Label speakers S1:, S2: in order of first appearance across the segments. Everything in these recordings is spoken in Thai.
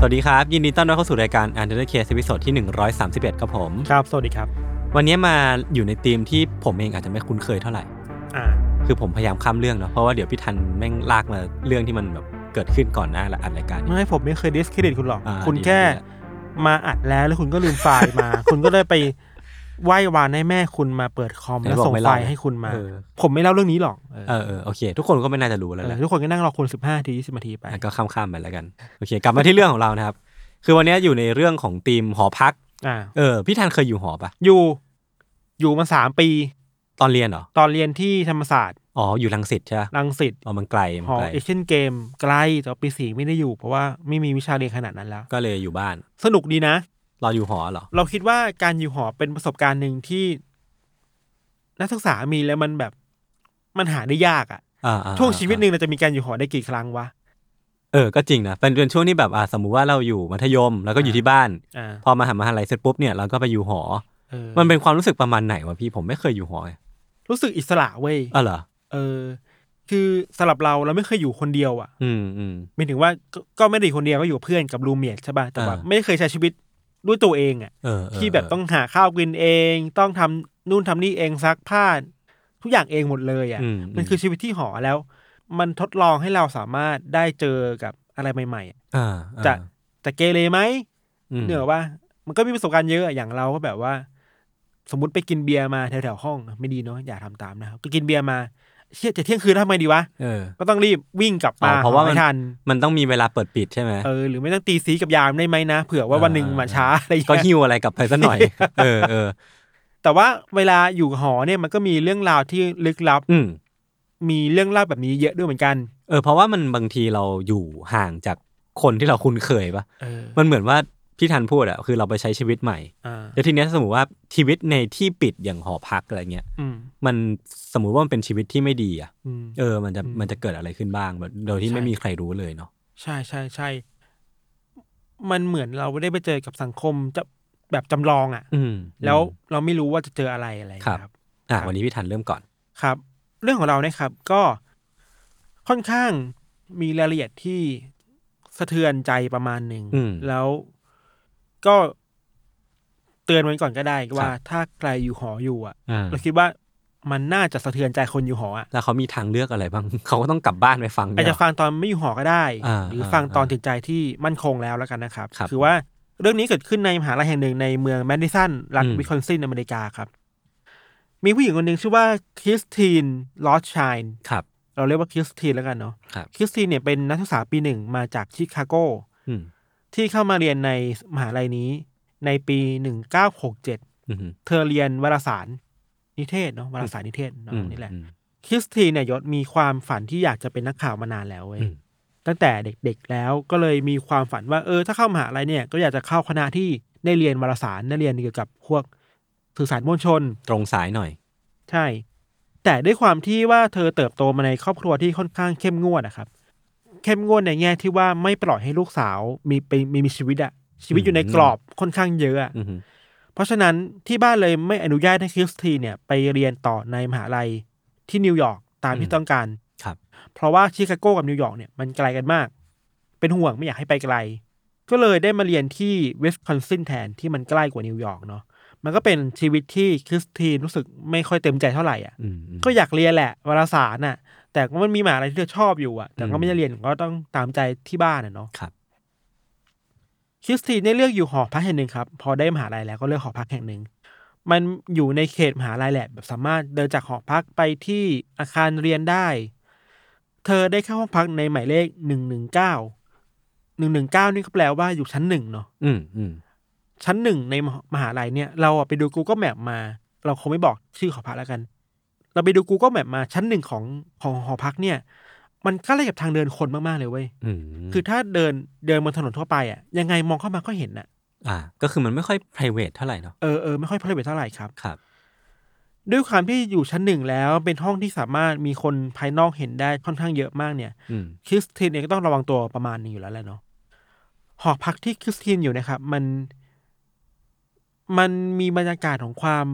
S1: สวัสดีครับ ยินดีต้อนรับเข้าสู่รายการ Untitled Case ตอนที่ 131ครับผม
S2: ครับ สวัสดีครับ
S1: วันนี้มาอยู่ในธีมที่ผมเองอาจจะไม่คุ้นเคยเท่าไหร่
S2: อ่า
S1: คือผมพยายามข้ามเรื่องเนาะเพราะว่าเดี๋ยวพี่ทันแม่งลากมาเรื่องที่มันแบบเกิดขึ้นก่อนหน้าละอัดรายการนี้
S2: ไม่ให้ผมไม่เคยดิสเครดิตคุณหรอก
S1: อ่า
S2: คุณ
S1: ดี
S2: แค่
S1: ดีอะ
S2: มาอัดแล้วแล้วคุณก็ลืมไฟล์ มา คุณก็เลยไปไหว้วานให้แม่คุณมาเปิดคอม
S1: ไหน
S2: แล้ว
S1: บอก
S2: ส่ง
S1: ไม่
S2: ไฟ
S1: เล่า
S2: ล์ให้คุณมา
S1: เออ
S2: ผมไม่เล่าเรื่องนี้หรอกเออ
S1: เออเออโอเค ทุกคนก็ไม่น่าจะรู้แล้วแห
S2: เออ
S1: ละ
S2: ทุกคนก็นั่งรอคุณสิบห้าทียี่สิบนาทีไป
S1: อ่ะก็ข้ามๆไปแล้วกันโอเค กลับมาที่เรื่องของเรานะครับ คือวันนี้อยู่ในเรื่องของธีมหอพัก
S2: อ่า
S1: เออพี่ทันเคยอยู่หอปะ
S2: อยู่ อยู่มาสามปี
S1: ตอนเรียนเหรอ
S2: ตอนเรียนที่ธรรมศาสตร์
S1: อ๋ออยู่รังสิตใช่ปะ
S2: รังสิต
S1: อ๋อมันไกลมั
S2: ห
S1: น
S2: อ
S1: ไกล
S2: เอเชียนเกมไกลแต่ว่าปีสี่ไม่ได้อยู่ เพราะว่าไม่มีวิชาเรียนขนาดนั้นแล้ว
S1: ก็เลยอยู่บ้าน
S2: สนุกดีนะ
S1: เราอยู่หอเหรอ
S2: เราคิดว่าการอยู่หอเป็นประสบการณ์หนึ่งที่ นักศึกษามีแล้วมันแบบ มันหาได้ยากอะ
S1: อ่าอ่า
S2: ช่วงชีวิตหนึ่
S1: อ่าง
S2: เราจะมีการอยู่หอได้กี่ครั้งวะ
S1: เออก็จริงนะเป็นเป็นช่วงที่แบบอ่าสมมุติว่าเราอยู่มัธยมแล้วก็อยู่ที่บ้าน
S2: อ่า
S1: พอมาหามหาลัยเสร็จปุ๊บเนี่ยเราก็ไปอยู่หอ
S2: เออ
S1: มันเป็นความรู้สึกประมาณไหนวะพี่ผมไม่เคยอยู่หอเลย
S2: รู้สึกอิสระเว้ย
S1: อ๋อเหรอ
S2: เออ คือสำหรับเราเราไม่เคยอยู่คนเดียวอะ
S1: อืมอืม
S2: ไม่ถึงว่าก็ก็ไม่ได้อยู่คนเดียวก็อยู่กับเพื่อนกับรูเมียใช่ป่ะแต่ว่า
S1: อ่า
S2: ไม่ได้เคยใช้ชีวิตด้วยตัวเองอะ
S1: เออเออ
S2: ที่แบบต้องหาข้าวกินเอง ต้องทำนู่นทำนี่เองซักผ้าทุกอย่างเองหมดเลยอะ
S1: อืม
S2: มันคือชีวิตที่หอแล้ว มันทดลองให้เราสามารถได้เจอกับอะไรใหม่
S1: อ่า
S2: ๆ จะจะเกเรไหม
S1: ม
S2: เหนือว่า มันก็มีประสบการณ์เยอะอย่างเราก็แบบว่า สมมติไปกินเบียร์มาแถวๆห้องไม่ดีเนาะอย่าทำตามนะครับก็กินเบียร์มาเชี่ยจะเที่ยงคืนแล้วทำไมดีวะ
S1: เออ
S2: ก็ต้องรีบวิ่งกลับมา
S1: อ๋อเพราะว่า
S2: ห
S1: มั
S2: ไม่ทัน
S1: มันต้องมีเวลาเปิดปิดใช่ไหม
S2: เออหรือไม่ต้องตีสีกับยามได้ไหมนะเผื่อว่าวันหนึ่งมาช้าอะไรอย่าง
S1: ก็
S2: เงี้ย
S1: หิ้วอะไรกลับไปสัก หน่อย เออเออ
S2: แต่ว่าเวลาอยู่หอเนี่ยมันก็มีเรื่องราวที่ลึกลับ
S1: อืม
S2: มีเรื่องเล่าแบบนี้เยอะด้วยเหมือนกัน
S1: เออ เพราะว่ามันบางทีเราอยู่ห่างจากคนที่เราคุ้นเคยปะ
S2: เออ
S1: มันเหมือนว่าพี่ทันพูดอะคือเราไปใช้ชีวิตใหม่
S2: อ่า
S1: แล้วทีเนี้ยสมมติว่าชีวิตในที่ปิดอย่างหอพักอะไรเงี้ย
S2: อืม
S1: มันสมมุติว่ามันเป็นชีวิตที่ไม่ดีอะ
S2: อืม
S1: เออ มันจะ
S2: อืม
S1: มันจะเกิดอะไรขึ้นบ้างแบบโดยที่
S2: ใช่
S1: ไม่มีใครรู้เลยเนาะ
S2: ใช่ใช่ใช่ มันเหมือนเราได้ไปเจอกับสังคมจะแบบจำลองอะ่ะ
S1: อืม
S2: แล้ว
S1: อืม
S2: เราไม่รู้ว่าจะเจออะไรอะไร
S1: ครับ
S2: นะครับ
S1: อ่ะ
S2: ครับ
S1: วันนี้พี่ทันเริ่มก่อน
S2: ครับ เรื่องของเรานะครับ ก็ค่อนข้างมีรายละเอียดที่สะเทือนใจประมาณหนึ่ง
S1: อืม
S2: แล้วก็เตือนไว้ก่อนก็ได้ว่า
S1: ครับ
S2: ถ้าใครอยู่หออยู่อะ่ะ
S1: อ่า
S2: เราคิดว่ามันน่าจะสะเทือนใจคนอยู่หออ่ะ
S1: แล้วเขามีทางเลือกอะไรบ้าง เขาก็ต้องกลับบ้านไปฟังด้ว
S2: อาจ
S1: ยเหร
S2: จะฟังตอนไม่อยู่หอก็ได้
S1: อ่า
S2: หรือฟังตอน
S1: อ่า
S2: จิตใจที่มั่นคงแล้วแล้วกันนะครับ
S1: ครับ
S2: อว่าเรื่องนี้เกิดขึ้นในมหาลัยแห่งหนึ่งในเมืองแมดดิสันรัฐ
S1: อืม
S2: วิสคอนซินอเมริกาครับ มีผู้หญิงคนหนึ่งชื่อว่าคริสตินลอชชัย
S1: ครับ
S2: เราเรียกว่าคริสตินแล้วกันเนาะ
S1: ครับ
S2: คริสตินเนี่ยเป็นนักศึกษาปีหนึ่งมาจากชิคาโก
S1: อืม
S2: ที่เข้ามาเรียนในมหาลัยนี้ ในปี 1967
S1: อืม
S2: เธอเรียนวารสารนิเทศเนาะวารสารนิเทศเนอะ
S1: อืม
S2: นี่แหละ
S1: อืม
S2: คริสตินเนี่ยยศมีความฝันที่อยากจะเป็นนักข่าวมานานแล้วเว้ย
S1: อืม
S2: ตั้งแต่เด็กๆแล้วก็เลยมีความฝันว่าเออถ้าเข้ามหาลัยเนี่ยก็อยากจะเข้าคณะที่ได้เรียนวารสารได้เรียนเกี่ยวกับพวกสื่อสารมวลชน
S1: ตรงสายหน่อย
S2: ใช่ แต่ด้วยความที่ว่าเธอเติบโตมาในครอบครัวที่ค่อนข้างเข้มงวดนะครับ เข้มงวดในแง่ที่ว่าไม่ปล่อยให้ลูกสาวมีเป็นมีมีชีวิตอะชีวิตอยู่ในกรอบค่อนข้างเยอะอะ
S1: อืม
S2: เพราะฉะนั้นที่บ้านเลยไม่อนุญาตให้คริสตีเนี่ยไปเรียนต่อในมหาลัยที่นิวยอร์กตามที่ต้องการ
S1: ครับ
S2: เพราะว่าชิคาโกกับนิวยอร์กเนี่ยมันไกลกันมาก เป็นห่วงไม่อยากให้ไปไกล ก็เลยได้มาเรียนที่วิสคอนซินแทนที่มันใกล้กว่านิวยอร์กเนาะ มันก็เป็นชีวิตที่คริสตีนรู้สึกไม่ค่อยเต็มใจเท่าไหร่อ่ะ
S1: อืมม
S2: ก็อยากเรียนแหละวารสารน่ะ แต่ก็มันมีมหาอะไรที่เธอชอบอยู่อ่ะ แต่ก็ไม่ได้เรียนก็ต้องตามใจที่บ้านอ่ะเนาะ
S1: ครับ
S2: คริสตีนได้เลือกอยู่หอพักแห่งหนึ่งครับ พอได้มหาลัยแล้วก็เลือกหอพักแห่งหนึ่ง มันอยู่ในเขตมหาลัยแหละแบบสามารถเดินจากหอพักไปที่อาคารเรียนได้ เธอได้เข้าห้องพักในหมายเลขหนึ่งหนึ่งเก้าหนึ่งหนึ่งเก้านี่ก็แปลว่าอยู่ชั้นหนึ่งเนาะ
S1: อืมอืม
S2: ชั้นหนึ่งในมหมหาลัยเนี่ยเราอะไปดู Google Map มา เราคงไม่บอกชื่อหอพักแล้วกัน เราไปดู Google Map มาชั้นหนึ่งของของหอพักเนี่ย มันใกล้กับทางเดินคนมากๆเลยเว้ย
S1: อืม
S2: คือถ้าเดินเดินบนถนนทั่วไปอ่ะยังไงมองเข้ามาก็เห็นอ่ะ
S1: อ่า ก็คือมันไม่ค่อย p r i v a t เท่าไหร่เนาะ
S2: เออเออไม่ค่อยพลเวทเท่าไหร่ครับ
S1: ครับ
S2: ด้วยความที่อยู่ชั้นหนึ่งแล้วเป็นห้องที่สามารถมีคนภายนอกเห็นได้ค่อนข้างเยอะมากเนี่ย
S1: อืม
S2: คริสตินเองก็ต้องระวังตัวประมาณหนึงอยู่แล้วแหละเนาะหอพักที่คริสตินอยู่นะครับ มัน มันมีบรรยากาศของความ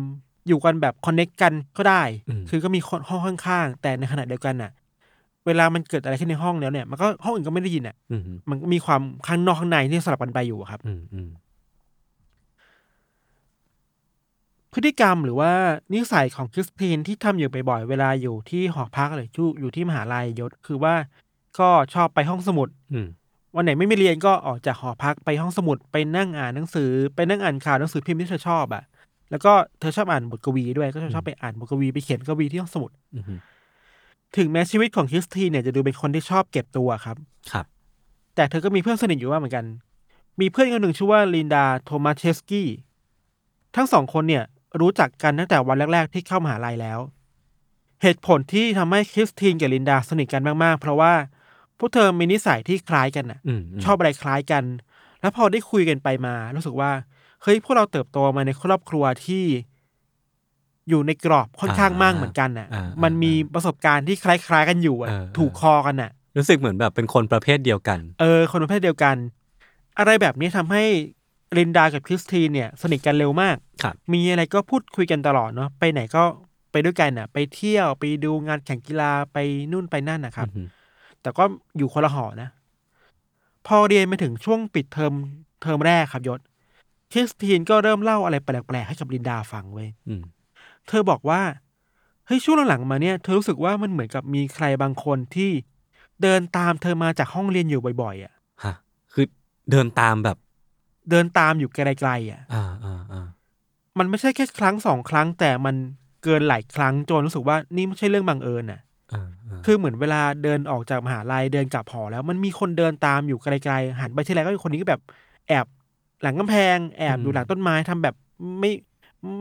S2: อยู่กันแบบคอนเน็กกันก็ได้ คือก็มีคนห้องข้างๆ แต่ในขณะเดียวกันน่ะ เวลามันเกิดอะไรขึ้นในห้องแล้วเนี่ยมันก็ห้องอื่นก็ไม่ได้ยินอ่ะ
S1: อืม
S2: มันก็มีความข้างนอกข้างในที่สลับกันไปอยู่อะครับ
S1: อืมอืม
S2: พฤติกรรมหรือว่านิสัยของคริสตินที่ทำอยู่บ่อยๆเวลาอยู่ที่หอพักหรืออยู่ที่มหาลัยยศคือว่าก็ชอบไปห้องสมุด
S1: อืม
S2: วันไหนไม่มีเรียนก็ออกจากหอพักไปห้องสมุดไปนั่งอ่านหนังสือ ไปนั่งอ่านข่าวหนังสือพิมพ์ที่เธอชอบอะ่ะ แล้วก็เธอชอบอ่านบทกวีด้วยก็ชอบไปอ่านบทกวีไปเขียนกวีที่ห้องสมุด
S1: อืม
S2: ถึงแม้ชีวิตของคริสตีเนี่ยจะดูเป็นคนที่ชอบเก็บตัวครับ
S1: ครับ
S2: แต่เธอก็มีเพื่อนสนิทอยู่ว่างเหมือนกัน มีเพื่อนคนหนึ่งชื่อว่าลินดาโทมาเชสกี้ ทั้งสองคนเนี่ยรู้จักกันตั้งแต่วันแรก ๆ ที่เข้ามหาลัยแล้ว เหตุผลที่ทำให้คริสตีนกับลินดาสนิทกันมากๆ เพราะว่าพวกเธอมีนิสัยที่คล้ายกันอ่ะ
S1: อืมม
S2: ชอบอะไรคล้ายกัน แล้วพอได้คุยกันไปมา รู้สึกว่า เฮ้ย พวกเราเติบโตมาในครอบครัวที่อยู่ในกรอบค่อนข้างมากเหมือนกันน่ะ
S1: าอ่า
S2: มันมีประสบการณ์ที่คล้ายๆกันอยู่อะ
S1: เออ
S2: ถูกคอกันน่ะ
S1: รู้สึกเหมือนแบบเป็นคนประเภทเดียวกัน
S2: เออ คนประเภทเดียวกัน อะไรแบบนี้ทำให้ลินดากับคริสตีนเนี่ย สนิทกันเร็วมาก
S1: ครับ
S2: มีอะไรก็พูดคุยกันตลอดเนาะ ไปไหนก็ไปด้วยกันน่ะ ไปเที่ยว ไปดูงานแข่งกีฬา ไปนู่นไปนั่นนะครับ
S1: อืม
S2: แต่ก็อยู่คนละหอนะ พอเรียนมาถึงช่วงปิดเทอมเทอมแรกครับยศคริสตินก็เริ่มเล่าอะไรแปลกๆให้กับลินดาฟังเว้ย
S1: อืม
S2: เธอบอกว่าเฮ้ยช่วงหลังๆมาเนี่ย เธอรู้สึกว่ามันเหมือนกับมีใครบางคนที่เดินตามเธอมาจากห้องเรียนอยู่บ่อยๆอ่ะ
S1: ฮะคือเดินตามแบบ
S2: เดินตามอยู่ไกลๆอ่ะ
S1: อ่าอ่าอ่า
S2: มันไม่ใช่แค่ครั้งสองครั้ง แต่มันเกินหลายครั้งจนรู้สึกว่านี่ไม่ใช่เรื่องบังเอิญอ่ะ
S1: อ่าอ่า
S2: คือเหมือนเวลาเดินออกจากมหาลัยเดินกลับหอแล้วมันมีคนเดินตามอยู่ไกลๆหันไปที่ไรก็มีคนนี้ก็แบบแอบหลังกำแพง แอบอยู่หลังต้นไม้ทำแบบไม่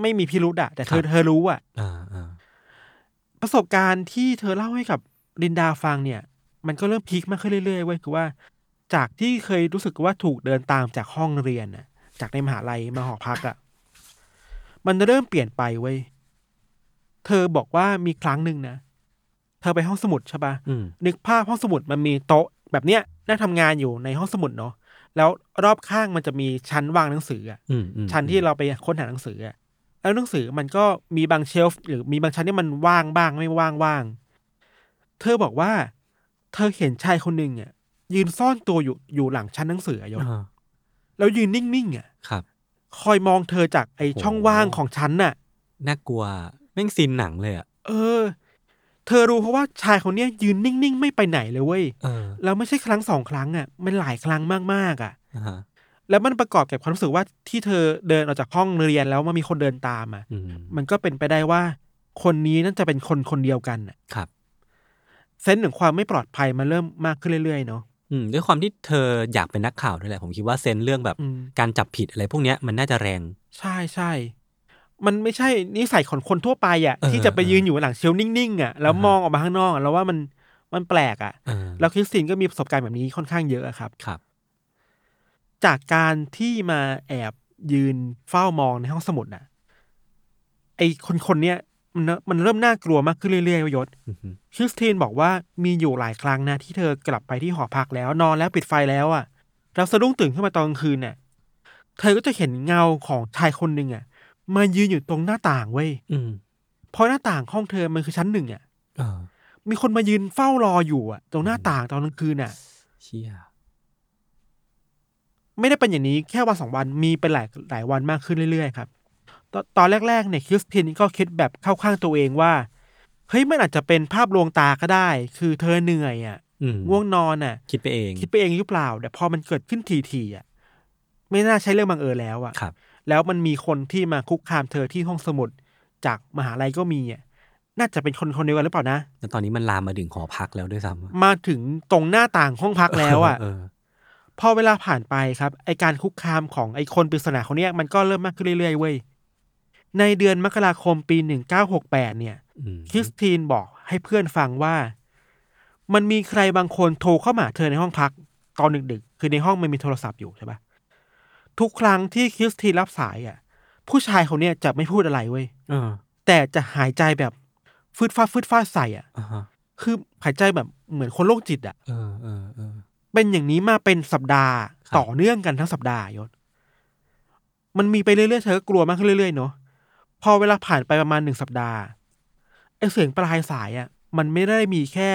S2: ไม่มีพิรุธอะแต่เธอเธอรู้อะ
S1: อ่าอ่า
S2: ประสบการณ์ที่เธอเล่าให้กับลินดาฟังเนี่ย มันก็เริ่มพีคมากขึ้นเรื่อยๆเว้ยคือว่า จากที่เคยรู้สึกว่าถูกเดินตามจากห้องเรียนน่ะ จากในมหาลัยมาหอพักอะมันเริ่มเปลี่ยนไปเว้ยเธอบอกว่ามีครั้งหนึ่งนะเธอไปห้องสมุดใช่ปะ
S1: อืม
S2: นึกภาพห้องสมุดมันมีโต๊ะแบบเนี้ยนั่งทำงานอยู่ในห้องสมุดเนาะแล้วรอบข้างมันจะมีชั้นวางหนังสืออะ
S1: อืมอืม
S2: ชั้นที่เราไปค้นหาหนังสืออะแล้วหนังสือมันก็มีบางเชลฟ์หรือมีบางชั้นที่มันว่างบ้างไม่ว่างบ้างเธอบอกว่า เธอเห็นชายคนหนึ่งอะยืนซ่อนตัวอยู่อยู่หลังชั้นหนังสืออะยศ
S1: อ่า
S2: แล้วยืนนิ่งๆอะ
S1: ครับ
S2: คอยมองเธอจากไอ้
S1: โอ้
S2: ช่องว่างของชั้นน่ะ
S1: น่ากลัวแม่งซีนหนังเลยอ่ะ
S2: เออ เธอรู้เพราะว่าชายคนเนี้ยยืนนิ่งๆ ไม่ไปไหนเลยเว้ย
S1: เออ
S2: แล้วไม่ใช่ครั้งสองครั้งอ่ะ มันหลายครั้งมากๆอ่ะ
S1: อ่าฮะ
S2: แล้วมันประกอบกับความรู้สึกว่าที่เธอเดินออกจากห้องเรียนแล้วมันมีคนเดินตามอ่ะ
S1: อืม
S2: มันก็เป็นไปได้ว่า คนนี้น่าจะเป็นคนคนเดียวกันน่ะ
S1: ครับ
S2: เซนส์ของความไม่ปลอดภัยมันเริ่มมากขึ้นเรื่อยๆเนาะ
S1: อืมด้วยความที่เธออยากเป็นนักข่าวด้วยแหละ ผมคิดว่าเซนส์เรื่องแบบ
S2: อืม
S1: การจับผิดอะไรพวกเนี้ยมันน่าจะแรง
S2: ใช่ใช่ มันไม่ใช่นิสัยของคนทั่วไปอ่ะ
S1: เออ
S2: ที่จะไปยืนอยู่หลังเชลฟ์นิ่งๆอ่ะแล้ว
S1: อ่าฮะ
S2: มองออกมาข้างนอกอะแล้วว่ามันมันแปลกอ่ะ
S1: เออ
S2: แล้วคริสตินก็มีประสบการณ์แบบนี้ค่อนข้างเยอะอะครับ
S1: ครับ
S2: จากการที่มาแอบยืนเฝ้ามองในห้องสมุดน่ะ ไอคนคนๆเนี้ยมันเนอะมันเริ่มน่ากลัวมากขึ้นเรื่อยๆเว้ยยศ
S1: อืม
S2: คริสตินบอกว่ามีอยู่หลายครั้งนะที่เธอกลับไปที่หอพักแล้วนอนแล้วปิดไฟแล้วอะ่ะเราสะดุ้งตื่นขึ้นมาตอนกลางคืนน่ะ เธอก็จะเห็นเงาของชายคนหนึ่งอะ่ะ มายืนอยู่ตรงหน้าต่างเว้ย
S1: อืม
S2: เพราะหน้าต่างห้องเธอมันคือชั้นหนึ่งอะ่ะ
S1: เออ
S2: มีคนมายืนเฝ้ารออยู่อะ่ะ ตรงหน้าต่างตอนกลางคืนน่ะ
S1: เชี่ย
S2: ไม่ได้เป็นอย่างนี้แค่วันสองวันมีเป็นหลายหลายวันมากขึ้นเรื่อยๆครับตตอนแรกๆเนี่ยคริสตินก็คิดแบบเข้าข้างตัวเองว่าเฮ้ยมันอาจจะเป็นภาพลวงตาก็ได้ คือเธอเหนื่อยอ่ะ
S1: อืม
S2: ง่วงนอนอ่ะ
S1: คิดไปเอง
S2: คิดไปเองหรือเปล่า แต่พอมันเกิดขึ้นทีๆอ่ะไม่น่าใช่เรื่องบังเอิญแล้วอ่ะ
S1: ครับ
S2: แล้วมันมีคนที่มาคุกคามเธอที่ห้องสมุดจากมหาลัยก็มีอ่ะน่าจะเป็นคนคนเดียวกันหรือเปล่านะ
S1: แล้วตอนนี้มันลามมาถึงหอพักแล้วด้วยซ้ำอะ
S2: มาถึงตรงหน้าต่างห้องพักแล้วอ่ะ
S1: เอ
S2: พอเวลาผ่านไปครับไอการคุกคามของไอคนปริศนาคนเนี้ยมันก็เริ่มมากขึ้นเรื่อยๆเว้ยในเดือนมกราคมปี 1968 เนี่ย
S1: อืม
S2: คริสตินบอกให้เพื่อนฟังว่า มันมีใครบางคนโทรเข้ามาหาเธอในห้องพัก ตอนดึกๆ คือในห้องมันมีโทรศัพท์อยู่ใช่ปะทุกครั้งที่คริสตินรับสายอ่ะ ผู้ชายเขาเนี่ยจะไม่พูดอะไรเว้ย
S1: เออ
S2: แต่จะหายใจแบบฟืดฟาดฟืดฟาดใส่อ่ะ
S1: อ่าฮะ
S2: คือหายใจแบบเหมือนคนโรคจิตอ่ะ
S1: เออเออเออ
S2: เป็นอย่างนี้มาเป็นสัปดาห์
S1: ครับ
S2: ต่อเนื่องกันทั้งสัปดาห์ยศ มันมีไปเรื่อยๆเธอก็กลัวมากขึ้นเรื่อยๆเนาะ พอเวลาผ่านไปประมาณหนึ่งสัปดาห์ไอเสียงปลายสายอะ่ะ มันไม่ได้มีแค่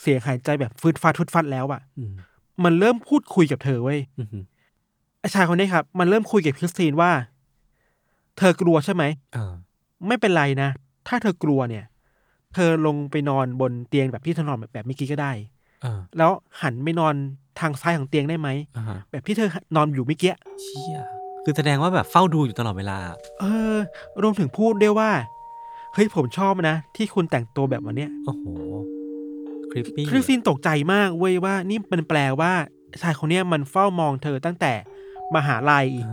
S2: เสียงหายใจแบบฟืดฟาดทุดฟัดแล้วอะ่ะ
S1: อืม
S2: มันเริ่มพูดคุยกับเธอเว้ย
S1: อืมอืม
S2: ไอชายคนนี้ครับ มันเริ่มคุยกับคริสตินว่า เธอกลัวใช่ไหม
S1: เออ
S2: ไม่เป็นไรนะ ถ้าเธอกลัวเนี่ย เธอลงไปนอนบนเตียงแบบที่เธอนอนแบบเมื่อกี้ก็ได้
S1: เออ
S2: แล้วหันไปนอนทางซ้ายของเตียงได้ไหม
S1: อ่าฮะ
S2: แบบที่เธอนอนอยู่เมื่อกี้
S1: เชี่ยคือแสดงว่าแบบเฝ้าดูอยู่ตลอดเวลา
S2: เออ รวมถึงพูดด้วยว่า เฮ้ยผมชอบนะ ที่คุณแต่งตัวแบบวันเนี้ย
S1: โอ้โหคลิปปี้
S2: คริสตินตกใจมากเว้ยว่า นี่มันแปลว่า ชายคนเนี้ยมันเฝ้ามองเธอตั้งแต่มหาลัยอีก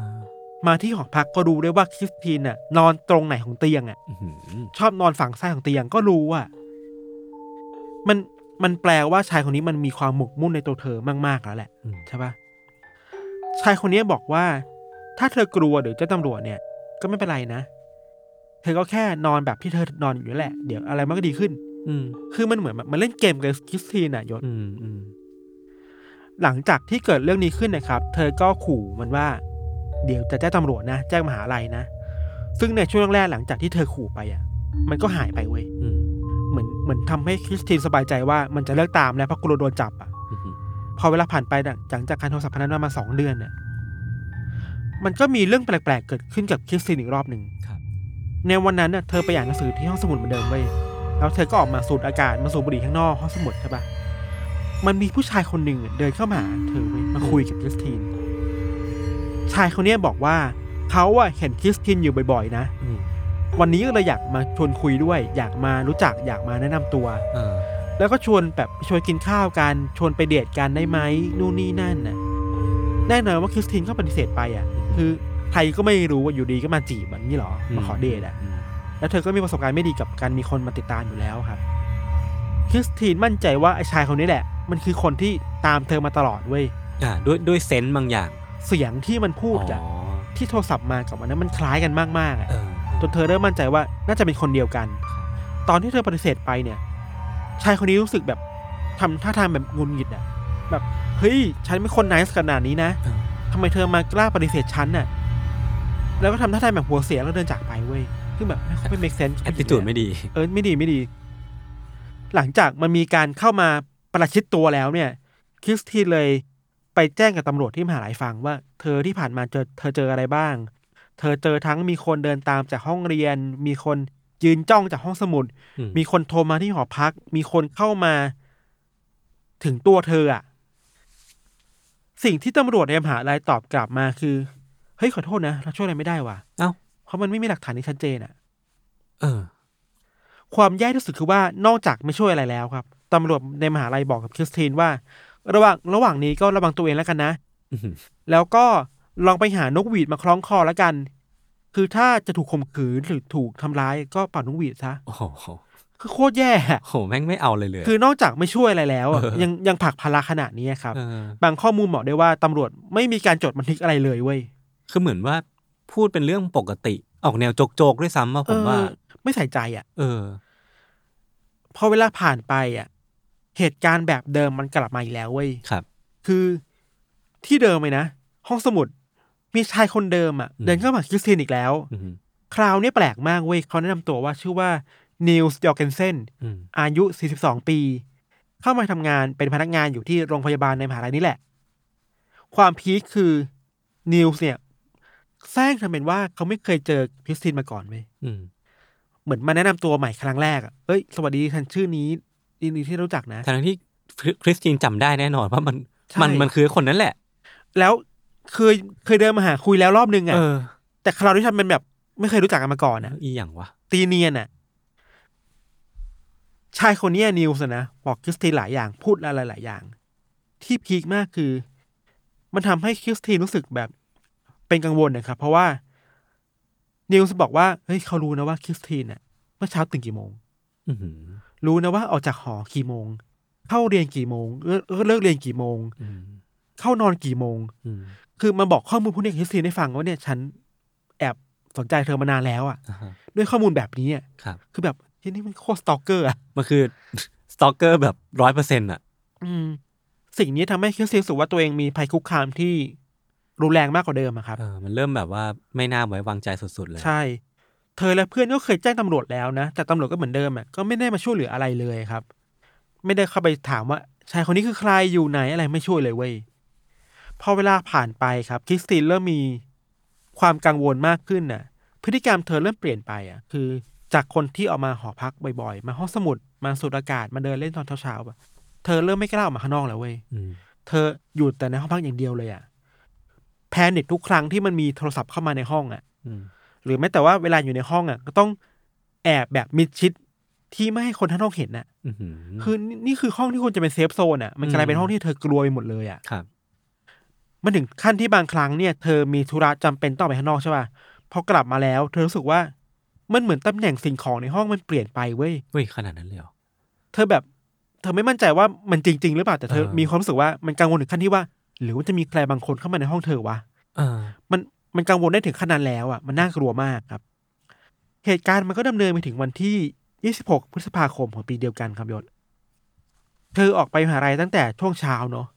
S2: มาที่หอพักก็รู้ด้วยว่าคริสตินน่ะนอนตรงไหนของเตียงอ่ะ ชอบนอนฝั่งซ้ายของเตียงก็รู้อ่ะ มันมันแปลว่าชายคนนี้มันมีความหมกมุ่นในตัวเธอมากๆแล้วแหละ ใช่ปะชายคนนี้บอกว่า ถ้าเธอกลัวหรือเจ้าตำรวจเนี่ย ก็ไม่เป็นไรนะ เธอก็แค่นอนแบบที่เธอนอนอยู่นั่นแหละ เดี๋ยวอะไรมันก็ดีขึ้น
S1: อืม
S2: คือมันเหมือนแบบมันเล่นเกมกับคริสตินน่ะยศ
S1: อืมอืม
S2: หลังจากที่เกิดเรื่องนี้ขึ้นนะครับ เธอก็ขู่มันว่า เดี๋ยวจะแจ้งตำรวจนะ แจ้งมหาลัยนะ ซึ่งในช่วงแรกๆหลังจากที่เธอขู่ไปอ่ะ มันก็หายไปเว้ย
S1: อืม
S2: เหมือนเหมือนทำให้คริสตินสบายใจว่ามันจะเลิกตามแล้วเพราะกลัวโดนจับอ่ะ
S1: อืม
S2: พอเวลาผ่านไปน่ะหลังจากการโทรศัพท์พนันมาสองเดือนเนี่ย มันก็มีเรื่องแปลกๆ เกิดขึ้นกับคริสตินอีกรอบหนึ่ง
S1: ครับ
S2: ในวันนั้นน่ะเธอไปอ่านหนังสือที่ห้องสมุดเหมือนเดิมเว้ย แล้วเธอก็ออกมาสูดอากาศมาสูบบุหรี่ข้างนอกห้องสมุดใช่ปะมันมีผู้ชายคนหนึ่งเดินเข้ามาหาเธอเว้ยมาคุยกับคริสติน ชายคนเนี้ยบอกว่าเขาอะเห็นคริสตินอยู่บ่อยๆนะ
S1: อืม
S2: วันนี้ก็เลยอยากมาชวนคุยด้วย อยากมารู้จักอยากมาแนะนำตัว
S1: เออ
S2: แล้วก็ชวนแบบชวนกินข้าวกันชวนไปเดทกันได้ไหมนู่นนี่นั่นน่ะแน่นอนว่าคริสตินก็ปฏิเสธไปอ่ะ คือใครก็ไม่รู้ว่าอยู่ดีก็มาจีบแบบนี้หรอมาขอเดทอ่ะ
S1: ม
S2: แล้วเธอก็มีประสบการณ์ไม่ดีกับการมีคนมาติดตามอยู่แล้วครับ คริสตินมั่นใจว่าไอ้ชายคนนี้แหละ มันคือคนที่ตามเธอมาตลอดเว้ย
S1: อ่าด้วยด้วยเซนส์บางอย่าง
S2: เสียงที่มันพูดอ่ะ
S1: อ๋อ
S2: ที่โทรศัพท์มากับวันนั้นมันคล้ายกันมากๆอ่ะ
S1: เออ
S2: จนเธอเริ่มมั่นใจว่าน่าจะเป็นคนเดียวกัน ตอนที่เธอปฏิเสธไปเนี่ย ชายคนนี้รู้สึกแบบทำท่าทางแบบงุนหงิดอ่ะ แบบเฮ้ยฉันไม่คนไนส์ขนาดนี้นะ
S1: เออ
S2: ทำไมเธอมากล้าปฏิเสธฉันน่ะ แล้วก็ทำท่าทางแบบหัวเสียแล้วเดินจากไปเว้ยซึ่งแบบไม่ค่อยเป็นเมคเซนส์
S1: แอตติจูดไม่ดี
S2: เออไม่ดีไม่ดี หลังจากมันมีการเข้ามาประชิดตัวแล้วเนี่ย คริสตีนเลยไปแจ้งกับตำรวจที่มหาลัยฟังว่า เธอที่ผ่านมาเจอเธอเจออะไรบ้าง เธอเจอทั้งมีคนเดินตามจากห้องเรียน มีคนยืนจ้องจากห้องสมุด
S1: อืม
S2: มีคนโทรมาที่หอพัก มีคนเข้ามา ถึงตัวเธออะสิ่งที่ตำรวจในมหาลัยตอบกลับมาคือเฮ้ยขอโทษนะเราช่วยอะไรไม่ได้ว่ะ
S1: เอ้า
S2: เพราะมันไม่มีหลักฐานที่ชัดเจนอะ
S1: เออ
S2: ความแย่ที่สุดคือว่านอกจากไม่ช่วยอะไรแล้วครับ ตำรวจในมหาลัยบอกกับคริสตินว่า ระหว่างระหว่างนี้ก็ระวังตัวเองแล้วกันนะ
S1: อืม
S2: แล้วก็ลองไปหานกหวีดมาคล้องคอแล้วกัน คือถ้าจะถูกข่มขืนหรือถูกทำร้ายก็เป่านกหวีดซะ
S1: โอ้โห
S2: คือโคตรแย่อะ
S1: โหแม่งไม่เอาเลยเลย
S2: คือนอกจากไม่ช่วยอะไรแล้วอะ
S1: เออ
S2: ยังยังผลักภาระขนาดนี้ครับ
S1: เออ
S2: บางข้อมูลบอกได้ว่าตำรวจไม่มีการจดบันทึกอะไรเลยเว้ย
S1: คือเหมือนว่าพูดเป็นเรื่องปกติ ออกแนวโจกๆด้วยซ้ำว่าผมว่า
S2: เออไม่ใส่ใจอ่ะ
S1: เออ
S2: พอเวลาผ่านไปอ่ะ เหตุการณ์แบบเดิมมันกลับมาอีกแล้วเว้ย
S1: ครับ
S2: คือที่เดิมเลยนะ ห้องสมุดมีชายคนเดิมอ่ะ
S1: อืม
S2: เดินเข้ามาคริสตินอีกแล้ว
S1: อืม
S2: คราวนี้แปลกมากเว้ยเขาแนะนำตัวว่าชื่อว่านิลส์ยอร์เกนเซน
S1: อืม
S2: อายุ 42 ปี เข้ามาทำงานเป็นพนักงานอยู่ที่โรงพยาบาลในมหาลัยนี่แหละ ความพีคคือนิลส์เนี่ยแซงทำเป็นว่าเขาไม่เคยเจอคริสตินมาก่อนเว้ย
S1: อืม
S2: เหมือนมาแนะนำตัวใหม่ครั้งแรกอะเอ้ยสวัสดีท่านชื่อนี้ยินดีที่รู้จักนะ
S1: ทั้งที่คริสตินจำได้แน่นอนว่ามัน
S2: ใช่
S1: มันมันคือคนนั้นแหละ
S2: แล้วเคยเคยเดินมาหาคุยแล้วรอบนึงอะ
S1: เออ
S2: แต่คราวนี้ทำเป็นแบบไม่เคยรู้จักกันมาก่อนนะ
S1: อีหยังวะ
S2: ตีเนียนอ่ะชายคนเนี้ยนิวส์นะบอกคริสตินหลายอย่างพูดอะไรหลายอย่าง ที่พีคมากคือ มันทำให้คริสตินรู้สึกแบบเป็นกังวลนะครับ เพราะว่านิวส์บอกว่าเฮ้ยเขารู้นะว่าคริสตินอ่ะเมื่อเช้าตื่นกี่โมง
S1: อื้อหือ
S2: รู้นะว่าออกจากหอกี่โมง เข้าเรียนกี่โมงเลิกเลิกเรียนกี่โมง
S1: อืม
S2: เข้านอนกี่โมง
S1: อืม
S2: คือมาบอกข้อมูลพวกนี้กับฮิสตีนให้ฟังว่าเนี่ยฉันแอบสนใจเธอมานานแล้วอะ่ะ
S1: อ่าฮะ
S2: ด้วยข้อมูลแบบนี้อะ
S1: ครับ
S2: คือแบบที่นี่มันโคตรสตอกเกอร์อ่ะ
S1: มันคือ สตอกเกอร์แบบร้อยเปอร์เซ็นต์อ่ะ
S2: อืม สิ่งนี้ทำให้ฮิสตีนรู้สึกว่าตัวเองมีภัยคุกคามที่รุนแรงมากกว่าเดิมอะครับ
S1: เออ มันเริ่มแบบว่าไม่น่าไว้วางใจสุดๆเลย
S2: ใช่ เธอและเพื่อนก็เคยแจ้งตำรวจแล้วนะ แต่ตำรวจก็เหมือนเดิมอ่ะก็ไม่ได้มาช่วยเหลืออะไรเลยครับ ไม่ได้เข้าไปถามว่าชายคนนี้คือใครอยู่ไหนอะไรไม่ช่วยเลยเว้ยพอเวลาผ่านไปครับคริสตินเริ่มมีความกังวลมากขึ้นน่ะ พฤติกรรมเธอเริ่มเปลี่ยนไปอ่ะ คือจากคนที่ออกมาหอพักบ่อยๆ มาห้องสมุดมาสูดอากาศมาเดินเล่นตอนเช้าๆอะเธอเริ่มไม่กล้าออกมาข้างนอกแล้วเว้ย
S1: อืม
S2: เธออยู่แต่ในห้องพักอย่างเดียวเลยอ่ะแพนิคทุกครั้งที่มันมีโทรศัพท์เข้ามาในห้องอ่ะ
S1: อืม
S2: หรือแม้แต่ว่าเวลาอยู่ในห้องอ่ะก็ต้องแอบแบบมิดชิดที่ไม่ให้คนทั้งห้องเห็นน่ะ
S1: อื้อหือ
S2: คือนี่นี่คือห้องที่ควรจะเป็นเซฟโซนอ่ะมัน
S1: อืม
S2: กลายเป็นห้องที่เธอกลัวไปหมดเลยอ่ะ
S1: ครับ
S2: มันถึงขั้นที่บางครั้งเนี่ยเธอมีธุระจำเป็นต้องออกไปข้างนอกใช่ป่ะพอกลับมาแล้ว เธอรู้สึกว่ามันเหมือนตำแหน่งสิ่งของในห้องมันเปลี่ยนไปเว้ย
S1: เฮ้ย ขนาดนั้นเลยเหรอ
S2: เธอแบบ เธอไม่มั่นใจว่ามันจริง ๆ หรือเปล่าแต่เธอ
S1: เออ
S2: มีความรู้สึกว่ามันกังวลถึงขั้นที่ว่า หรือว่าจะมีใครบางคนเข้ามาในห้องเธอวะ
S1: เออ
S2: มันมันกังวลได้ถึงขนาดแล้วอ่ะมันน่ากลัวมากครับ เหตุการณ์มันก็ดำเนินไปถึงวันที่ 26 พฤษภาคมของปีเดียวกันครับยศเธอออกไปมหาลัยตั้งแต่ช่วงเช้าเนาะ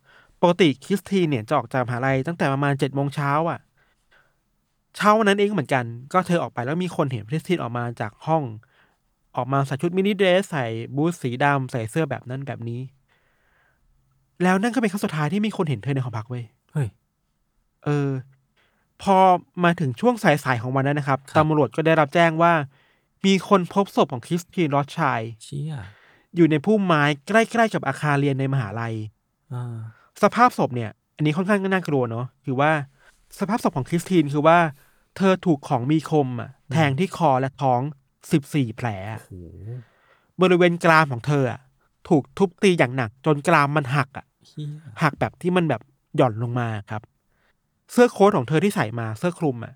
S2: ปกติคริสตีเนี่ยจะออกจากมหาลัยตั้งแต่ประมาณ7จ็ดโมงเช้าอ่ะ เช้าวันนั้นเองเหมือนกัน ก็เธอออกไปแล้วมีคนเห็นคริสตีนออกมาจากห้อง ออกมาใส่ชุดมินิเดรสใส่บูทสีดำใส่เสื้อแบบนั้นแบบนี้ แล้วนั่นก็เป็นครั้งสุดท้ายที่มีคนเห็นเธอในหอพักเว้ย
S1: เฮ้ย
S2: เออ พอมาถึงช่วงสายๆของวันนั้นนะครับ
S1: ครับ
S2: ตำรวจก็ได้รับแจ้งว่า มีคนพบศพของคริสตีนรอดชัย
S1: เชี่ย
S2: อยู่ในพุ่มไม้ใกล้ๆกับอาคารเรียนในมหาลัย
S1: อ่า
S2: สภาพศพเนี่ย อันนี้ค่อนข้างน่ากลัวเนาะคือว่าสภาพศพของคริสตินคือว่า เธอถูกของมีคมอะแทงที่คอและท้อง 14 แผล
S1: โห
S2: บริเวณกรามของเธออะถูกทุบตีอย่างหนัก จนกรามมันหักอะ
S1: เชี่ย
S2: หักแบบที่มันแบบหย่อนลงมาครับ เสื้อโค้ทของเธอที่ใส่มาเสื้อคลุมอ่ะ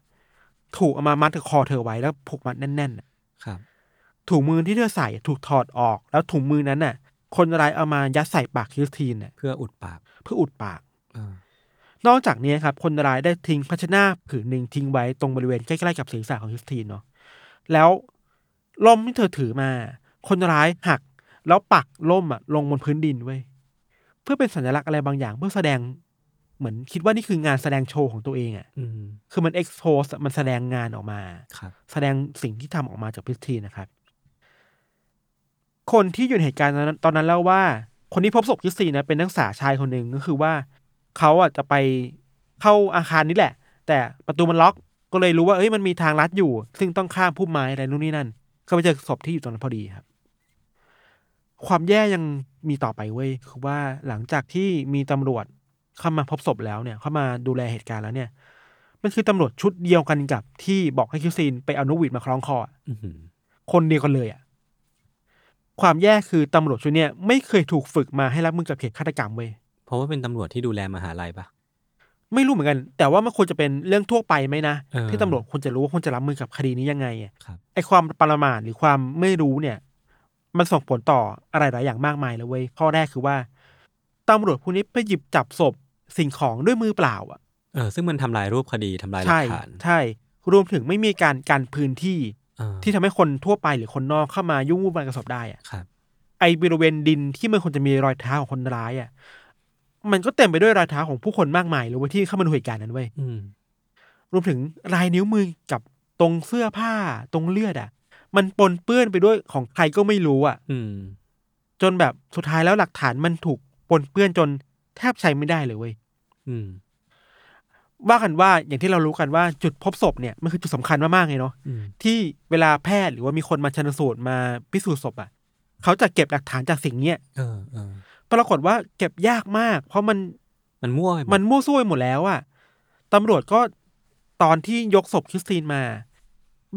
S2: ถูกเอามามัดกับคอเธอไว้แล้วผูกมัดแน่นๆน่ะ
S1: ครับ
S2: ถุงมือที่เธอใส่ถูกถอดออก แล้วถุงมือนั้นน่ะ คนร้ายเอามายัดใส่ปากคริสตินน่ะ
S1: เพื่ออุดปาก
S2: เพื่ออุดปาก
S1: เออน
S2: อกจากนี้ครับ คนร้ายได้ทิ้งภาชนะผืนหนึ่งทิ้งไว้ตรงบริเวณใกล้ๆกับศีรษะของคริสตินเนาะแล้วล่มที่เธอถือมา คนร้ายหัก แล้วปักล่มอ่ะลงบนพื้นดินเว้ยเพื่อเป็นสัญลักษณ์อะไรบางอย่าง เพื่อแสดงเหมือนคิดว่านี่คืองานแสดงโชว์ของตัวเองอ่ะ
S1: อืม
S2: คือมันเอ็กโพสมันแสดงงานออกมา
S1: ครับ
S2: แสดงสิ่งที่ทำออกมาจากพิธีนะครับ คนที่อยู่ในเหตุการณ์ตอนนั้นตอนนั้นเล่าว่า คนที่พบศพคริสตีนะเป็นนักศึกษาชายคนหนึ่งก็คือว่าเขาอ่ะจะไปเข้าอาคารนี้แหละ แต่ประตูมันล็อกก็เลยรู้ว่าเอ้ยมันมีทางลัดอยู่ ซึ่งต้องข้ามพุ่มไม้อะไรนู่นนี่นั่น ก็ไปเจอศพที่อยู่ตรงนั้นพอดีครับ ความแย่ยังมีต่อไปเว้ยคือว่าหลังจากที่มีตำรวจเข้ามาพบศพแล้วเนี่ย เข้ามาดูแลเหตุการณ์แล้วเนี่ย มันคือตำรวจชุดเดียวกันกับที่บอกให้คริสตินไปเอานกหวีดมาคล้องคออะ
S1: อือหือ
S2: คนเดียวกันเลยอ่ะ ความแย่คือตำรวจชุดเนี้ยไม่เคยถูกฝึกมาให้รับมือกับเหตุฆาตกรรมเว้ย
S1: เพราะว่าเป็นตำรวจที่ดูแลมหาลัยปะ
S2: ไม่รู้เหมือนกัน แต่ว่ามันควรจะเป็นเรื่องทั่วไปไหมนะ
S1: เออ
S2: ที่ตำรวจควรจะรู้ว่าควรจะรับมือกับคดีนี้ยังไงอะ
S1: ครับ
S2: ไอความประมาทหรือความไม่รู้เนี่ย มันส่งผลต่ออะไรหลายอย่างมากมายเลยเว้ยข้อแรกคือว่าตำรวจผู้นี้ไปหยิบจับศพสิ่งของด้วยมือเปล่าอ่ะ
S1: เออ ซึ่งมันทำลายรูปคดีทำลายหลั
S2: ใช่
S1: กฐาน
S2: ใช่รวมถึงไม่มีการกันพื้นที่
S1: เออ
S2: ที่ทำให้คนทั่วไปหรือคนนอกเข้ามายุ่งวุ่นวายกับศพได้อะ
S1: ครับ
S2: ไอบริเวณดินที่มันควรจะมีรอยเท้าของคนร้ายอ่ะมันก็เต็มไปด้วยรอยเท้าของผู้คนมากมายเลยเว้ยที่เข้ามาดูเหตุการณ์นั้นเว้ย
S1: อืม
S2: รวมถึงลายนิ้วมือกับตรงเสื้อผ้าตรงเลือดอ่ะ มันปนเปื้อนไปด้วยของใครก็ไม่รู้อ่ะ
S1: อืม
S2: จนแบบสุดท้ายแล้วหลักฐานมันถูกปนเปื้อนจนแทบใช้ไม่ได้เลยเว้ย
S1: อืม
S2: ว่ากันว่าอย่างที่เรารู้กันว่าจุดพบศพเนี่ยมันคือจุดสำคัญมากๆเลยเนาะ
S1: อืม
S2: ที่เวลาแพทย์หรือว่ามีคนมาชันสูตรมาพิสูจน์ศพอ่ะเขาจะเก็บหลักฐานจากสิ่งเนี้ย
S1: เออเออ
S2: ปรากฏว่าเก็บยากมาก เพราะมัน
S1: มันมั่วไปหด
S2: มันมั่วซั่วไปหมดแล้วอ่ะตำรวจก็ ตอนที่ยกศพคริสตินมา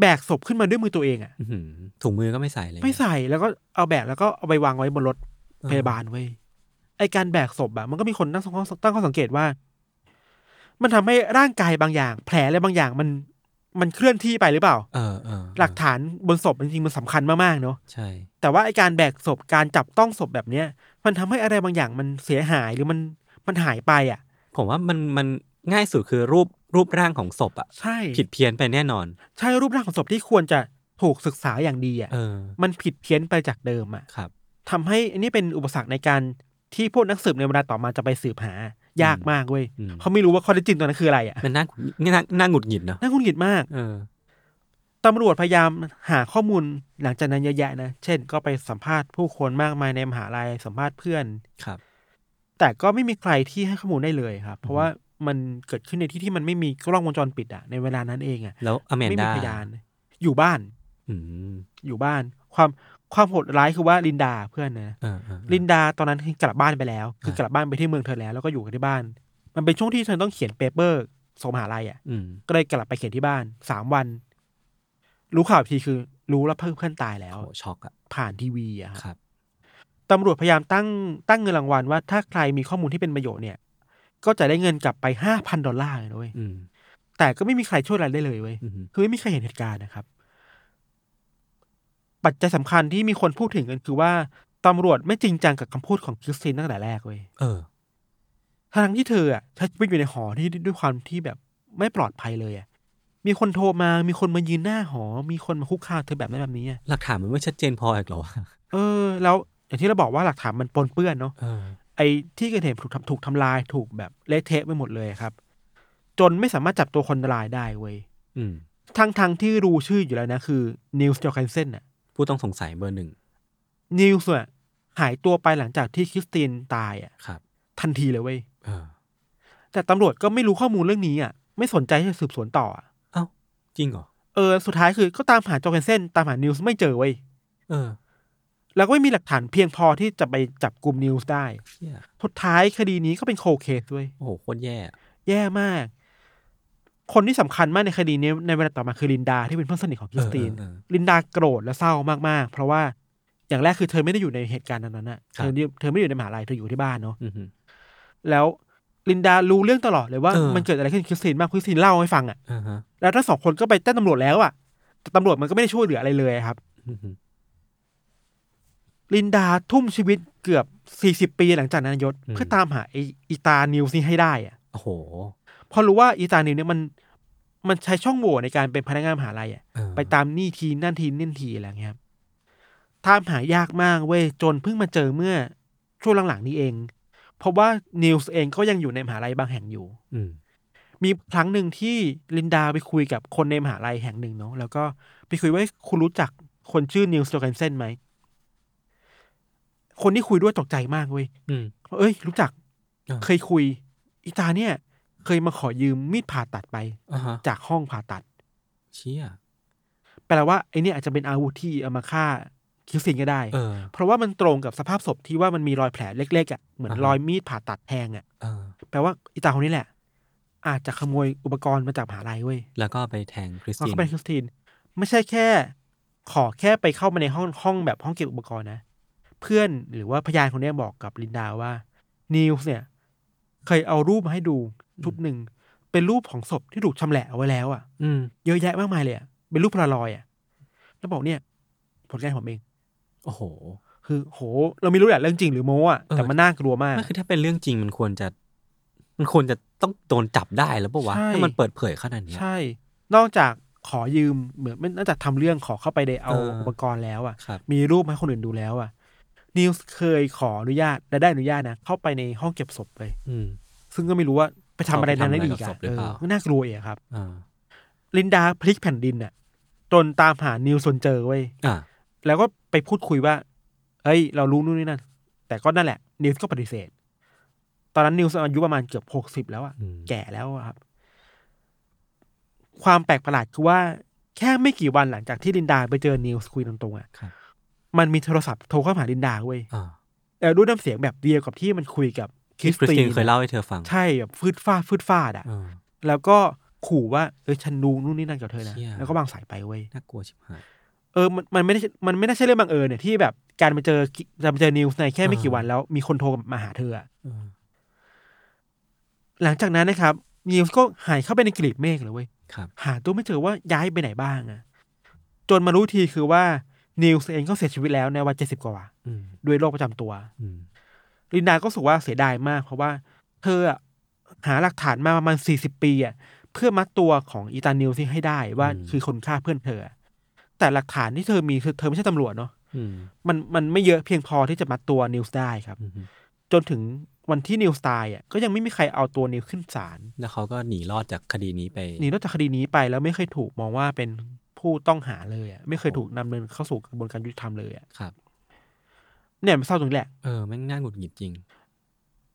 S2: แบกศพขึ้นมาด้วยมือตัวเองอะ
S1: อื้อหือถุงมือก็ไม่ใส่เลย
S2: ไม่ใส่แล้วก็เอาแบกแล้วก็เอาไปวางไว้บนรถ
S1: เออ
S2: พยาบาลเว้ยไอการแบกศพอะมันก็มีคนตั้งข้อตั้งข้อสังเกตว่า มันทำให้ร่างกายบางอย่าง แผลอะไรบางอย่างมัน มันเคลื่อนที่ไปหรือเปล่า
S1: เออเออ
S2: หลักฐานบนศพจริงๆมันสำคัญมากๆเนาะ
S1: ใช่
S2: แต่ว่าไอการแบกศพการจับต้องศพแบบเนี้ย มันทำให้อะไรบางอย่างมันเสียหายหรือมันมันหายไปอ่ะ
S1: ผมว่ามันมันง่ายสุดคือรูปรูปร่างของศพอ่ะ
S2: ใช่
S1: ผิดเพี้ยนไปแน่นอน
S2: ใช่รูปร่างของศพที่ควรจะถูกศึกษาอย่างดีอ่ะ
S1: เออ
S2: มันผิดเพี้ยนไปจากเดิมอ่ะ
S1: ครับ
S2: ทำให้อันนี้เป็นอุปสรรคในการที่พวกนักสืบในเวลาต่อมาจะไปสืบหา ยากมากเว้ย
S1: อืม
S2: เขาะไม่รู้ว่าข้อเท็จจริงตัวนั้นคืออะไรอ่ะ
S1: มันน่าน่าน่าหงุดหงิดเนาะ
S2: น่าหงุนหงิดมาก
S1: เออ
S2: ตำรวจพยายามหาข้อมูลหลังจากนั้นเยอะแยะนะ เช่น ก็ไปสัมภาษณ์ผู้คนมากมายในมหาลัยสัมภาษณ์เพื่อน
S1: ครับ
S2: แต่ก็ไม่มีใครที่ให้ข้อมูลได้เลยครับ เพราะว่ามันเกิดขึ้นในที่ที่มันไม่มีกล้องวงจรปิดอะในเวลานั้นเองอะ
S1: แล้วอแมน
S2: ไม่มี
S1: ดา
S2: พยาน อยู่บ้าน
S1: อืม
S2: อยู่บ้าน ความความโหดร้ายคือว่าลินดาเพื่อนนะ
S1: เออเออเออ
S2: ลินดาตอนนั้นคือกลับบ้านไปแล้ว คือ
S1: ฮะ
S2: กลับบ้านไปที่เมืองเธอแล้ว แล้วก็อยู่กันที่บ้าน มันเป็นช่วงที่เธอต้องเขียนเปเปอร์ส่งมหาลัยอะ
S1: อืม
S2: ก็เลยกลับไปเขียนที่บ้านสามวัน รู้ข่าวอีกทีคือ รู้แล้วเพื่อนเพื่อนตายแล้ว
S1: โหช็อกอ่ะ
S2: ผ่านทีวีอะครับ
S1: ครับ
S2: ตำรวจพยายามตั้งตั้งเงินรางวัลว่าถ้าใครมีข้อมูลที่เป็นประโยชน์เนี่ย ก็จะได้เงินกลับไปห้าพันดอลลาร์เลยนะเว้ย
S1: อืม
S2: แต่ก็ไม่มีใครช่วยอะไรได้เลยเว้ย
S1: อืม
S2: คือไม่มีใครเห็นเหตุการณ์นะครับ ปัจจัยสำคัญที่มีคนพูดถึงกันคือว่าตำรวจไม่จริงจังกับคำพูดของคริสตินตั้งแต่แรกเว้ย
S1: เออ
S2: ทั้งที่เธออะใช้ชีวิตอยู่ในหอที่ด้วยความที่แบบไม่ปลอดภัยเลยอะมีคนโทรมา มีคนมายืนหน้าหอ มีคนมาคุกคามเธอแบบนั้นแบบนี้อะ
S1: หลักฐานมันไม่ชัดเจนพออีกเหรอวะ
S2: เออ แล้วอย่างที่เราบอกว่าหลักฐานมันปนเปื้อนเนาะ
S1: เออ
S2: ไอ้ที่เกิดเหตุถูกทำถูกทำลายถูกแบบเละเทะไปหมดเลยครับ จนไม่สามารถจับตัวคนร้ายได้เว้ย
S1: อืม
S2: ทั้งทั้งที่รู้ชื่ออยู่แล้วนะ คือนิวส์จอร์แคนเซนน่ะ
S1: ผู้ต้องสงสัยเบอร์หนึ่ง
S2: นิวส์อ่ะหายตัวไปหลังจากที่คริสตินตายอ่ะ
S1: ครับ
S2: ทันทีเลยเว้ย
S1: เออ
S2: แต่ตำรวจก็ไม่รู้ข้อมูลเรื่องนี้อ่ะไม่สนใจที่จะสืบสวนต่ออะ
S1: เอ้า จริงเหรอ
S2: เออสุดท้ายคือก็ตามหาจอร์แคนเซนตามหานิวส์ไม่เจอเว้ย
S1: เออ
S2: แล้วก็ไม่มีหลักฐานเพียงพอที่จะไปจับกลุ่มนิวส์ได้
S1: เชี่ย
S2: สุดท้ายคดีนี้ก็เป็นโคเคสเว้ย
S1: โอ้โห โคตรแย่อะ
S2: แย่มาก คนที่สำคัญมากในคดีนี้ในเวลาต่อมาคือลินดาที่เป็นเพื่อนสนิทของคริสติน
S1: เออ
S2: ลินดาโกรธและเศร้ามากๆ เพราะว่าอย่างแรกคือเธอไม่ได้อยู่ในเหตุการณ์นั้นน่ะ
S1: ค
S2: เธ
S1: รับ
S2: อเรียเธอไม่ได้อยู่ในมหาลัยเธออยู่ที่บ้านเนาะ
S1: เออเออ
S2: แล้วลินดารู้เรื่องตลอดเลยว่า
S1: เออ
S2: มันเกิดอะไรขึ้นกับคริสตินบ้างคริสตินเล่าให้ฟังอ่ะ
S1: เออฮะ
S2: แล้วทั้งสองคนก็ไปแจ้งตำรวจแล้วอ่ะ แต่ตำรวจมันก็ไม่ได้ช่วยเหลืออะไรเลยครับ
S1: อือฮึ
S2: ลินดาทุ่มชีวิตเกือบสี่สิบปีหลังจากนั้นยศเพื่อตามหาไอ้อีตานิวซี่ให้ได้อ่ะ
S1: โอ้โห
S2: พอรู้ว่าอีตานิวเนี่ยมันมันใช้ช่องโหว่ในการเป็นพนักงานมหาลัยอ่ะ
S1: เออ
S2: ไปตามนี่ทีนั่นทีนี่ทีอะไรเงี้ยครับตามหายากมากเว้ยจนเพิ่งมาเจอเมื่อช่วงหลังๆนี้เอง เพราะว่านิวส์เองก็ยังอยู่ในมหาลัยบางแห่งอยู่
S1: อืม
S2: มีครั้งหนึ่งที่ลินดาไปคุยกับคนในมหาลัยแห่งหนึ่งเนาะแล้วก็ไปคุยว่าคุณรู้จักคนชื่อนิวส์โจแกนเซนไหม คนที่คุยด้วยตกใจมากเว้ย
S1: อืม
S2: ว่าเอ้ย รู้จัก
S1: อ่า
S2: เคยคุยอีตาเนี่ย เคยมาขอยืมมีดผ่าตัดไป
S1: อ่าฮะ
S2: จากห้องผ่าตัด
S1: เชี่ย
S2: แปลว่าไอเนี่ยอาจจะเป็นอาวุธที่เอามาฆ่าคริสตินก็ได้
S1: เออ
S2: เพราะว่ามันตรงกับสภาพศพที่ว่ามันมีรอยแผลเล็กๆอ่ะเหมือน
S1: อ่าฮะ
S2: รอยมีดผ่าตัดแทงอ่ะ
S1: เออ
S2: แปลว่าอีตาคนนี้แหละ อาจจะขโมยอุปกรณ์มาจากมหาลัยเว้ย
S1: แล้วก็ไปแทงคริส
S2: เอา
S1: ติน
S2: เข้าไปในคริสติน ไม่ใช่แค่ ขอแค่ไปเข้ามาในห้องห้องแบบห้องเก็บอุปกรณ์นะ เพื่อนหรือว่าพยานคนเนี้ยบอกกับลินดาว่านิวส์เนี่ย เคยเอารูปมาให้ดูชุดหนึ่งเป็นรูปของศพที่ถูกชำแหละเอาไว้แล้วอ่ะ
S1: อืม
S2: เยอะแยะมากมายเลยอะเป็นรูปพลารอยด์อ่ะ แล้วบอกเนี่ย ผลงานผมเอง
S1: โอ้โห
S2: คือ โห เราไม่รู้แหละเรื่องจริงหรือโม้อ่ะ
S1: เออ
S2: แต่มันน่ากลัวมาก
S1: ไม่คือถ้าเป็นเรื่องจริงมันควรจะ มันควรจะต้องโดนจับได้แล้วปะวะ
S2: ใช่
S1: ถ้ามันเปิดเผยขนาดเนี้ย
S2: ใช่ นอกจากขอยืม เหมือนมันน่าจะทำเรื่องขอเข้าไปได้เอา
S1: เอออุ
S2: อุปกรณ์แล้วอ่ะ
S1: ครับ
S2: มีรูปให้คนอื่นดูแล้วอ่ะ นิวส์เคยขออนุญาตและได้อนุญาตนะ เข้าไปในห้องเก็บศพเลย
S1: อืม
S2: ซึ่งก็ไม่รู้ว่าไปทำอะไรในนั้นได้อีก
S1: เอาไปทำอะไรกับศพห
S2: อ่ะ
S1: รือเปล่า
S2: เออน่ากลัวเอะครับ
S1: อ่า
S2: ลินดาพลิกแผ่นดินอ่ะ จนตามหานิวส์จนเจอเว้ย
S1: อ่า
S2: แล้วก็ไปพูดคุยว่า เอ้ย เรารู้นู่นนี่นั่น แต่ก็นั่นแหละ นิวส์ก็ปฏิเสธ ตอนนั้นนิวส์อายุประมาณเกือบหกสิบแล้วอะ
S1: อืม
S2: แก่แล้วอะครับ ความแปลกประหลาดคือว่า แค่ไม่กี่วันหลังจากที่ลินดาไปเจอนิวส์คุยตรงๆอะ
S1: ครับ
S2: มันมีโทรศัพท์โทรเข้าหาลินดาเว้ย
S1: อ่า
S2: แล้วด้วยน้ำเสียงแบบเดียวกับที่มันคุยกับคริส
S1: คริส
S2: ติ
S1: ติ
S2: น
S1: นเคยเล่าให้เธอฟัง
S2: ใช่แบบฟืดฟาดฟืดฟาดอะ
S1: เออ
S2: แล้วก็ ขู่ว่าเอ้ยฉันรู้นู่นนี่นั่นกับเธอนะ
S1: เชี่ย
S2: แล้วก็วางสายไปเว้ย
S1: น่ากลัวชิบหาย
S2: เออมันมันไม่ได้มันไม่ได้ใช่เรื่องบังเอิญเนี่ยที่แบบการไปเจอการไปเจอนิวส์ในแค่ไม่กี่
S1: อ่า
S2: วันแล้วมีคนโทรมาหาเธออะ
S1: เออ
S2: หลังจากนั้นนะครับนิวส์ก็หายเข้าไปในกลีบเมฆเลยเว้ย
S1: ครับ
S2: หาตัวไม่เจอว่าย้ายไปไหนบ้างอะจนมารู้ทีคือว่านิวส์เองก็เสียชีวิตแล้วในวัยเจ็ดสิบกว่า
S1: อืม
S2: ด้วยโรคประจำตัว
S1: อืม
S2: ลินดาก็รู้สึกว่าเสียดายมาก เพราะว่าเธออะหาหลักฐานมาประมาณสี่สิบปีอะเพื่อมัดตัวของอีตานิวที่ให้ได้ว่าคือคนฆ่าเพื่อนเธอ แต่หลักฐานที่เธอมีคือเธอไม่ใช่ตำรวจเนาะ
S1: อืม
S2: มันมันไม่เยอะเพียงพอที่จะมัดตัวนิวส์ได้ครับ
S1: อืม
S2: จนถึงวันที่นิวส์ตายอะก็ยังไม่มีใครเอาตัวนิวขึ้นศาล
S1: แล้วเขาก็หนีรอดจากคดีนี้ไป
S2: หนีนอกจากคดีนี้ไปแล้วไม่เคยถูกมองว่าเป็นผู้ต้องหาเลยอะไม่เคยถูกนำเนินเข้าสู่กระบวนการยุติธรรมเลยอะ
S1: ครับ
S2: เนี่ยมันเศร้าตรงนี้แหละ
S1: เออแม่งน่าหงุดหงิดจริง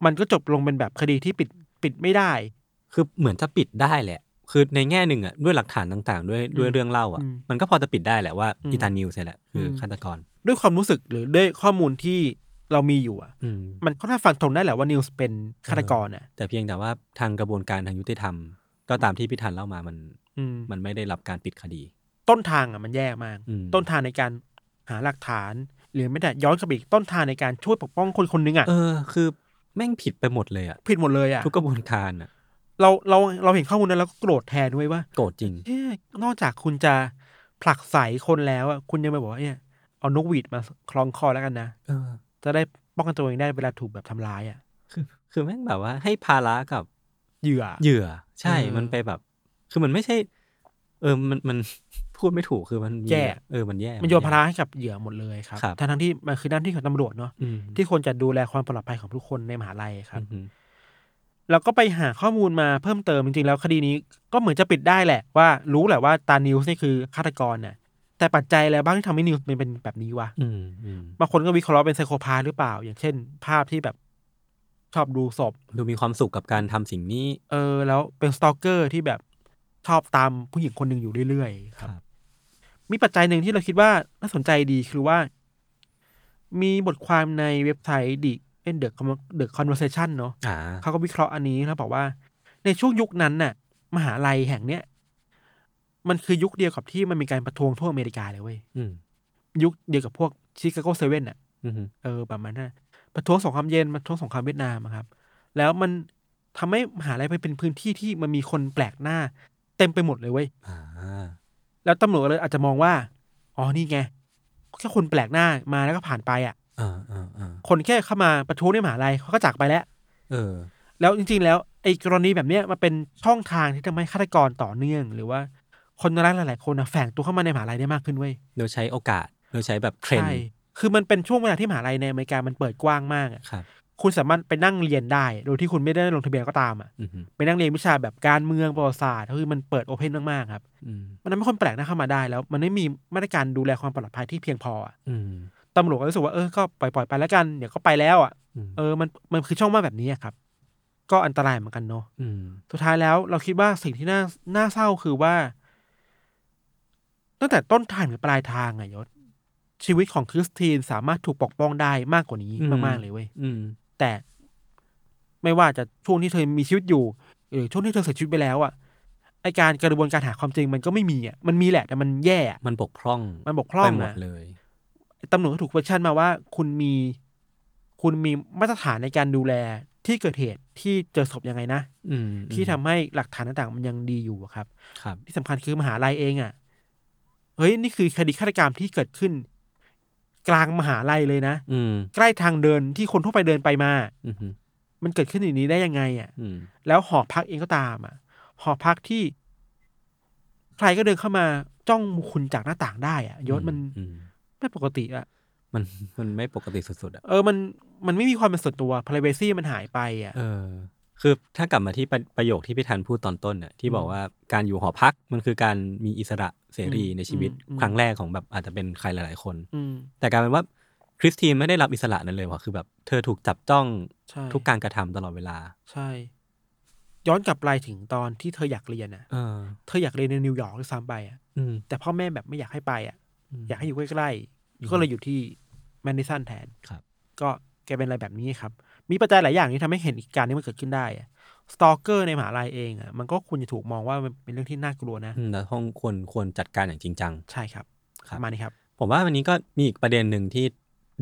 S2: มันก็จบลงเป็นแบบคดีที่ปิดปิดไม่ได้
S1: คือเหมือนจะปิดได้แหละ คือในแง่หนึ่งอ่ะด้วยหลักฐานต่างๆ ด้วยด้วยเรื่องเล่าอ่ะ
S2: อืม
S1: มันก็พอจะปิดได้แหละว่า
S2: อืม
S1: อีธานนิวส์เนี่ยแหละคืออ
S2: ม
S1: ฆาตกร
S2: ด้วยความรู้สึกหรือด้วยข้อมูลที่เรามีอยู่อะ
S1: อืม
S2: มันก็น่างฟันธงได้แหละว่านิวส์เป็นฆาตกรอะ
S1: แต่เพียงแต่ว่าทางกระบวนการทางยุติธรรม ก็ตามที่พี่ทันเล่ามามัน
S2: ม
S1: มันไม่ได้รับการปิดคดี
S2: ต้นทางอะมันแย่มาก
S1: อืม
S2: ต้นทางในการหาหลักฐาน หรือไม่แต่ย้อนกลับไปอีกต้นทางในการช่วยปกป้องคนคนหนึงอะ
S1: เออ คือแม่งผิดไปหมดเลยอ่ะ
S2: ผิดหมดเลยอะ
S1: ทุกกระบวนการอ่ะ
S2: เราเราเราเห็นข้อมูลนั้นแล้วก็โกรธแทนด้วยว่า
S1: โกรธจริง
S2: เอ๊ะนอกจากคุณจะผลักใสคนแล้วอ่ะคุณยังไปบอกว่าเนี่ยเอานกหวีดมาคล้องคอแล้วกันนะ
S1: เออ
S2: จะได้ป้องกันตัวเองได้เวลาถูกแบบทำร้ายอ่ะ
S1: คือคือแม่งแบบว่าให้ภาระกับ
S2: เหยื่อ
S1: เหยื่อ ใช่
S2: เออ
S1: มันไปแบบ คือมันไม่ใช่ เออมัน มัน พูดไม่ถูกคือมันมี
S2: แย่
S1: เออมันแย่
S2: มันโยนภาระให้กับเหยื่อหมดเลยครับ
S1: ครับ
S2: ทั้งๆที่มันคือหน้าที่ของตำรวจเนาะ
S1: อืม
S2: ที่ควรจะดูแลความปลอดภัยของทุกคนในมหาลัยครับ
S1: อืม
S2: แล้วก็ไปหาข้อมูลมาเพิ่มเติมจริงๆแล้วคดีนี้ก็เหมือนจะปิดได้แหละ ว่ารู้แหละว่าตานิวส์นี่คือฆาตกรน่ะแต่ปัจจัยอะไรบ้างที่ทำให้นิวส์เป็นเป็นแบบนี้วะ
S1: อืมอืม
S2: บางคนก็วิเคราะห์เป็นไซโคพาธหรือเปล่า อย่างเช่น ภาพที่แบบชอบดูศพ
S1: ดูมีความสุขกับการทำสิ่งนี้
S2: เออแล้วเป็นสตอกเกอร์ที่แบบชอบตามผู้หญิงคนหนึ่งอยู่เรื่อยๆ ครับ
S1: ครับ
S2: มีปัจจัยหนึ่งที่เราคิดว่าน่าสนใจดีคือว่า มีบทความในเว็บไซต์ดิเอ็นเดอะเดอะคอนเวอร์เซชันเนาะ
S1: อ่า
S2: เขาก็วิเคราะห์อันนี้แล้วบอกว่า ในช่วงยุคนั้นน่ะ มหาลัยแห่งเนี้ยมันคือยุคเดียวกับที่มันมีการประท้วงทั่วอเมริกาเลยเว้ย
S1: อืม
S2: ยุคเดียวกับพวกชิคาโกเซเว่นน่ะ
S1: อืม
S2: เออประมาณนั้นนะประท้วงสงครามเย็นประท้วงสงครามเวียดนามอะครับ แล้วมันทำให้มหาลัยไปเป็นพื้นที่ที่มันมีคนแปลกหน้า เต็มไปหมดเลยเว้ย
S1: อ่า
S2: แล้วตำรวจเลยอาจจะมองว่าอ๋อนี่ไงแค่คนแปลกหน้ามาแล้วก็ผ่านไปอ่ะ
S1: อ่าอ่าอ่า
S2: คนแค่เข้ามาประท้วงในมหาลัยเขาก็จากไปแล้ว
S1: เออ
S2: แล้วจริง ๆ แล้วไอ้กรณีแบบเนี้ยมันเป็นช่องทางที่ทำให้ฆาตกรต่อเนื่อง หรือว่าคนร้ายหลายๆคนนะแฝงตัวเข้ามาในมหาลัยได้มากขึ้นเว้ย
S1: โดยใช้โอกาส โดยใช้แบบเทรน
S2: ใช่
S1: ด์
S2: คือมันเป็นช่วงเวลาที่มหาลัยในอเมริกามันเปิดกว้างมากอะ
S1: ครับ
S2: คุณสามารถไปนั่งเรียนได้ โดยที่คุณไม่ได้ลงทะเบียนก็ตามอ่ะ
S1: อืมฮึ
S2: ไปนั่งเรียนวิชาแบบการเมืองประวัติศาสตร์คือมันเปิดโอเพนมากๆครับ
S1: อืม
S2: มันทำให้คนแปลกหน้าเข้ามาได้แล้ว มันไม่มีมาตรการดูแลความปลอดภัยที่เพียงพออะ
S1: อืม
S2: ตำรวจก็รู้สึกว่าเออก็ปล่อยปล่อยๆไปแล้วกันเดี๋ยวก็ไปแล้วอ่ะ
S1: อืม
S2: เออมันมันคือช่องว่างแบบนี้อะครับ ก็อันตรายเหมือนกันเนาะ
S1: อืม
S2: สุดท้ายแล้วเราคิดว่าสิ่งที่น่าน่าเศร้าคือว่าตั้งแต่ต้นทางถึงปลายทางอะยศ ชีวิตของคริสตินสามารถถูกปกป้องได้มากกว่านี้มากๆเลยเว้ย
S1: อืม
S2: แต่ไม่ว่าจะช่วงที่เธอมีชีวิตอยู่ หรือช่วงที่เธอเสียชีวิตไปแล้วอะไอการกระบวนการหาความจริงมันก็ไม่มีอะมันมีแหละแต่มันแย่อะ
S1: มันบกพร่อง
S2: มันบกพร่อง
S1: ไปหมด
S2: นะ
S1: เลย
S2: ตำรวจก็ถูกเวอร์ชันมาว่า คุณมี คุณมีมาตรฐานในการดูแลที่เกิดเหตุที่เจอศพยังไงนะ
S1: อืมอืม
S2: ที่ทำให้หลักฐานต่างๆ มันยังดีอยู่อะครับ
S1: ครับ
S2: ที่สำคัญคือมหาลัยเองอะเฮ้ยนี่คือคดีฆาตกรรมที่เกิดขึ้น กลางมหาลัยเลยนะ
S1: อืม
S2: ใกล้ทางเดินที่คนทั่วไปเดินไปมา
S1: อืมฮึ
S2: มันเกิดขึ้นอย่างนี้ได้ยังไงอะ
S1: อืม
S2: แล้วหอพักเองก็ตามอ่ะ หอพักที่ ใครก็เดินเข้ามาจ้องคุณจากหน้าต่างได้อ่ะยศมัน
S1: อืม
S2: ไม่ปกติอ่ะ
S1: มัน มันไม่ปกติสุดๆอ่ะ
S2: เออมันมันไม่มีความเป็นส่วนตัว privacy มันหายไปอ่ะ
S1: เออ คือถ้ากลับมาที่ประประโยคที่พี่ทันพูดตอนต้นน่ะที่บอกว่าการอยู่หอพักมันคือการมีอิสระเสรี
S2: อืม
S1: ในชีวิต
S2: อืม
S1: ครั้งแรกของแบบอาจจะเป็นใครหลาย ๆ คน
S2: อืม
S1: แต่กลายเป็นว่าคริสตินไม่ได้รับอิสระนั้นเลยว่ะคือแบบเธอถูกจับจ้อง
S2: ใช่
S1: ทุกการกระทำตลอดเวลา
S2: ใช่ ย้อนกลับไปถึงตอนที่เธออยากเรียนอ่ะ
S1: เออ
S2: เธออยากเรียนในนิวยอร์กด้วยซ้ำไปอ่ะ
S1: อืม
S2: แต่พ่อแม่แบบไม่อยากให้ไปอ่ะ
S1: ม
S2: อยากให้อยู่ใกล้
S1: อืม
S2: ๆก็เลยอยู่ที่แมนดิสันแทน
S1: ครับ
S2: ก็แกเป็นอะไรแบบนี้ครับ มีปัจจัยหลายอย่างที่ทำให้เห็นอีกการนี้มันเกิดขึ้นได้อะ สตอเกอร์ในมหาลัยเองอ่ะมันก็ควรจะถูกมองว่ามันเป็นเรื่องที่น่ากลัวนะ
S1: อืมแล้วห้องควรควรจัดการอย่างจริงจัง
S2: ใช่ครับ
S1: ครับ
S2: ประมาณนี้ครับ
S1: ผมว่าวันนี้ก็มีอีกประเด็นหนึ่งที่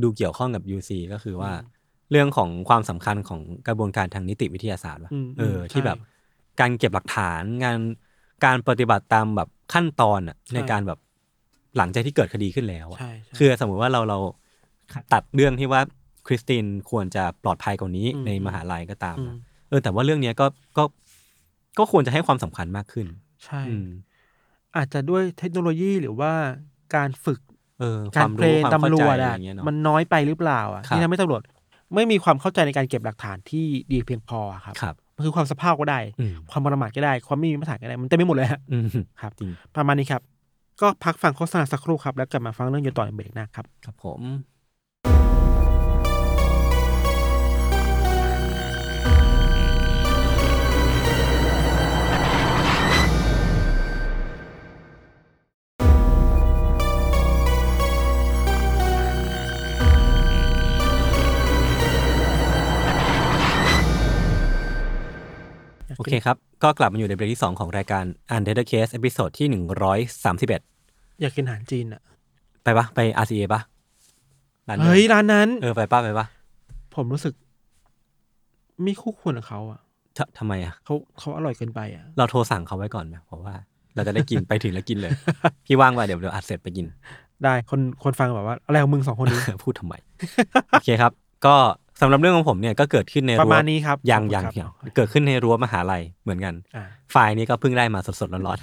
S1: ดูเกี่ยวข้องกับ UC ก็คือว่า
S2: อืม
S1: เรื่องของความสำคัญของกระบวนการทางนิติวิทยาศาสตร์ว่ะ
S2: อืม
S1: เออ
S2: ใช่
S1: ที่แบบการเก็บหลักฐานงานการปฏิบัติตามแบบขั้นตอนอะในการแบบหลังจากที่เกิดคดีขึ้นแล้วอะ
S2: ใช่ใช่
S1: คือสมมุติว่าเราเราตัดเรื่องที่ว่าคริสตินควรจะปลอดภัยกว่านี้
S2: อืม
S1: ในมหาลัยก็ตาม
S2: อืม
S1: นะเออแต่ว่าเรื่องเนี้ยก็ก็ก็ควรจะให้ความสำคัญมากขึ้น
S2: ใช่
S1: อืม
S2: อาจจะด้วยเทคโนโลยีหรือว่าการฝึก
S1: เออคาร
S2: กาว
S1: ม
S2: เทร
S1: รู้
S2: น
S1: ความเข้า
S2: ตำร
S1: ใจ
S2: วจ
S1: อะไร
S2: อ่ะ
S1: อย่างเงี้ยเนาะ
S2: มันน้อยไปหรือเปล่าอ่ะ
S1: ครับ
S2: ที่ทำให้ตำรวจไม่มีความเข้าใจในการเก็บหลักฐานที่ดีเพียงพออะครับ
S1: ครับ
S2: มันคือความสภาพก็ได้
S1: อืม
S2: ความประมาทก็ได้ ความไม่มีมาตรฐานก็ได้มันเต็มไปหมดเลยฮะ
S1: อืม
S2: ครับ
S1: จริง
S2: ประมาณนี้ครับ ก็พักฟังโฆษณาสักครู่ครับแล้วกลับมาฟังเรื่องอยู่ต่อในเบรกหน้าครับ
S1: ครับผมโอเคครับ ก็กลับมาอยู่ในเบรกที่ 2 ของรายการ u n d e r the Case ตอนที่ 131
S2: อยากกินอาหารจีนอ่ะ
S1: ไปปะไป RCA ปะร้านดิม
S2: เฮ้ยร้านนั้น
S1: เออ ไปปะไปปะ
S2: ผมรู้สึก ไม่คู่ควรกับเขาอ่ะ
S1: ททำไมอ่ะ
S2: เขาเขาอร่อยเกินไปอ่ะ
S1: เราโทรสั่งเขาไว้ก่อนไหมเพราะว่า เราจะได้กิน ไปถึงแล้วกินเลย พี่ว่างว่าเดี๋ยวเดี๋ยวอัดเสร็จไปกิน
S2: ได้คนคนฟังแบบว่าอะไรของมึงสองคนนี้
S1: พูดทำไม โอเคครับ ก็สำหรับเรื่องของผมเนี่ยก็เกิดขึ้นใน
S2: ประ
S1: ว
S2: มาณนี้ครับ
S1: ยัง
S2: ขอบคุณ
S1: ยัง
S2: ครับ
S1: ยัง
S2: โอเค
S1: เกิดขึ้นในรั้วมหาลัยเหมือนกัน
S2: อ่า
S1: ไฟล์นี้ก็เพิ่งได้มาสดๆร้อน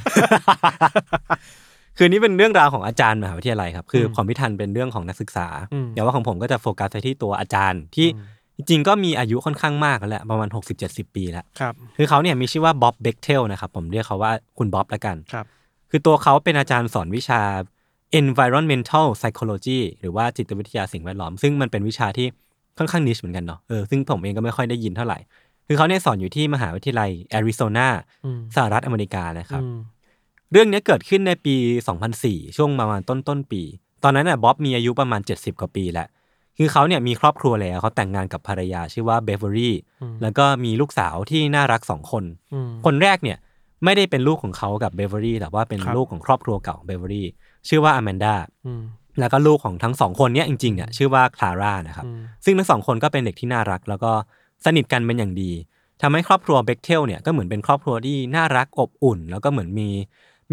S1: ๆ คือนี่เป็นเรื่องราวของอาจารย์มหาวิทยาลัยครับ คืออ
S2: ม
S1: ของพิธันเป็นเรื่องของนักศึกษา
S2: อืม
S1: แต่ว่าของผมก็จะโฟกัสไปที่ตัวอาจารย์ ที่
S2: อืม
S1: จริงๆก็มีอายุค่อนข้างมากแล้วแหละประมาณ 60-70 ปีแล้ว
S2: ครับ
S1: คือเขาเนี่ยมีชื่อว่าบ๊อบเบคเทลนะครับ ผมเรียกเขาว่าคุณบ๊อบละกัน
S2: ครับ
S1: คือตัวเขาเป็นอาจารย์สอนวิชา environmental psychology หรือว่าจิตวิทยาสิ่งแวดล้อม ซึ่งมันเป็นวิชาที่ค่อนข้างนิชเหมือนกันเนาะเออซึ่งผมเองก็ไม่ค่อยได้ยินเท่าไหร่ คือเขาเนี่ยสอนอยู่ที่มหาวิทยาลัยแอริโซนา
S2: อืม
S1: สหรัฐอเมริกานะครับ
S2: อืม
S1: เรื่องเนี้ยเกิดขึ้นในปี 2004 ช่วงประมาณต้นต้นๆปี ตอนนั้นน่ะบ๊อบมีอายุประมาณ 70 กว่าปีแหละ คือเขาเนี่ยมีครอบครัวแล้วเขาแต่งงานกับภรรยาชื่อว่าเบเวอรี่
S2: อืม
S1: แล้วก็มีลูกสาวที่น่ารักสองคน
S2: อืม
S1: คนแรกเนี่ยไม่ได้เป็นลูกของเขากับเบเวอรี่แต่ว่าเป็น
S2: ครับ
S1: ลูกของครอบครัวเก่าของเบเวอรี่ชื่อว่าอแมนดา
S2: อืม
S1: แล้วก็ลูกของทั้งสองคนเนี้ยจริงๆเนี่ยชื่อว่าคลาร่านะครับ
S2: อืม
S1: ซึ่งทั้งสองคนก็เป็นเด็กที่น่ารัก แล้วก็สนิทกันเป็นอย่างดีทำให้ครอบครัวเบคเทลเนี่ยก็เหมือนเป็นครอบครัวที่น่ารักอบอุ่น แล้วก็เหมือนมี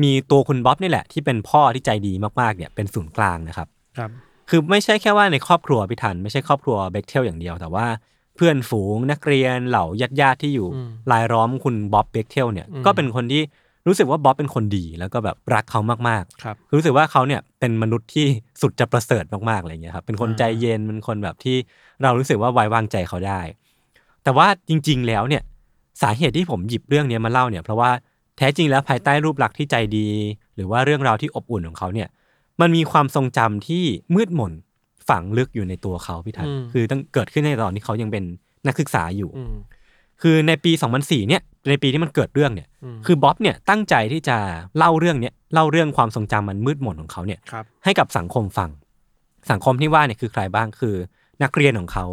S1: มีตัวคุณบ๊อบนี่แหละที่เป็นพ่อที่ใจดีมากๆเนี่ยเป็นศูนย์กลางนะครับ
S2: ครับ
S1: คือไม่ใช่แค่ว่าในครอบครัวพิธันไม่ใช่ครอบครัวเบคเทลอย่างเดียว แต่ว่าเพื่อนฝูงนักเรียนเหล่าญาติญาติๆที่อยู่
S2: อืม
S1: รายล้อมคุณบ๊อบเบคเทลเนี่ย
S2: อืม
S1: ก็เป็นคนที่รู้สึกว่าบ๊อบเป็นคนดีแล้วก็แบบรักเขามาก
S2: ครับ
S1: ๆคือรู้สึกว่าเขาเนี่ยเป็นมนุษย์ที่สุดจะประเสริฐมากๆอะไรเงี้ยครับเป็นคน
S2: อ่า
S1: ใจเย็นเป็นคนแบบที่เรารู้สึกว่าไว้วางใจเขาได้ แต่ว่าจริง ๆ แล้วเนี่ยสาเหตุที่ผมหยิบเรื่องเนี้ยมาเล่าเนี่ยเพราะว่าแท้จริงแล้วภายใต้รูปลักษณ์ที่ใจดี หรือว่าเรื่องราวที่อบอุ่นของเขาเนี่ย มันมีความทรงจำที่มืดมนฝังลึกอยู่ในตัวเขาพี่ทัน
S2: อืม
S1: คือตั้งเกิดขึ้นในตอนที่เขายังเป็นนักศึกษาอยู่
S2: อืม
S1: คือในปี 2004 เนี่ยในปีที่มันเกิดเรื่องเนี่ย
S2: อืม
S1: คือบ๊อบเนี่ยตั้งใจที่จะเล่าเรื่องเนี่ยเล่าเรื่องความทรงจำมันมืดมนของเขาเนี่ย
S2: ครับ
S1: ให้กับสังคมฟัง สังคมที่ว่าเนี่ยคือใครบ้างคือ นักเรียนของเขา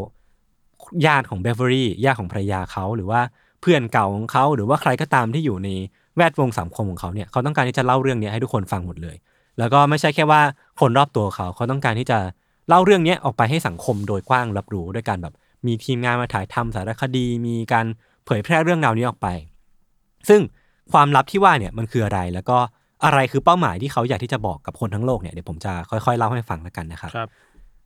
S1: ญาติของเบเวอรี่ญาติของภรรยาเขาหรือว่าเพื่อนเก่าของเขา หรือว่าใครก็ตามที่อยู่ในแวดวงสังคมของเขาเนี่ยเขาต้องการที่จะเล่าเรื่องเนี้ยให้ทุกคนฟังหมดเลย แล้วก็ไม่ใช่แค่ว่าคนรอบตัวเขา เขาต้องการที่จะเล่าเรื่องเนี้ยออกไปให้สังคมโดยกว้างรับรู้ด้วยการแบบ มีทีมงานมาถ่ายทำสารคดี มีการเผยแพร่เรื่องราวนี้ออกไป ซึ่งความลับที่ว่าเนี่ยมันคืออะไรแล้วก็อะไรคือเป้าหมายที่เขาอยากที่จะบอกกับคนทั้งโลกเนี่ยเดี๋ยวผมจะค่อยๆเล่าให้ฟังแล้วกันนะครับ
S2: ครับ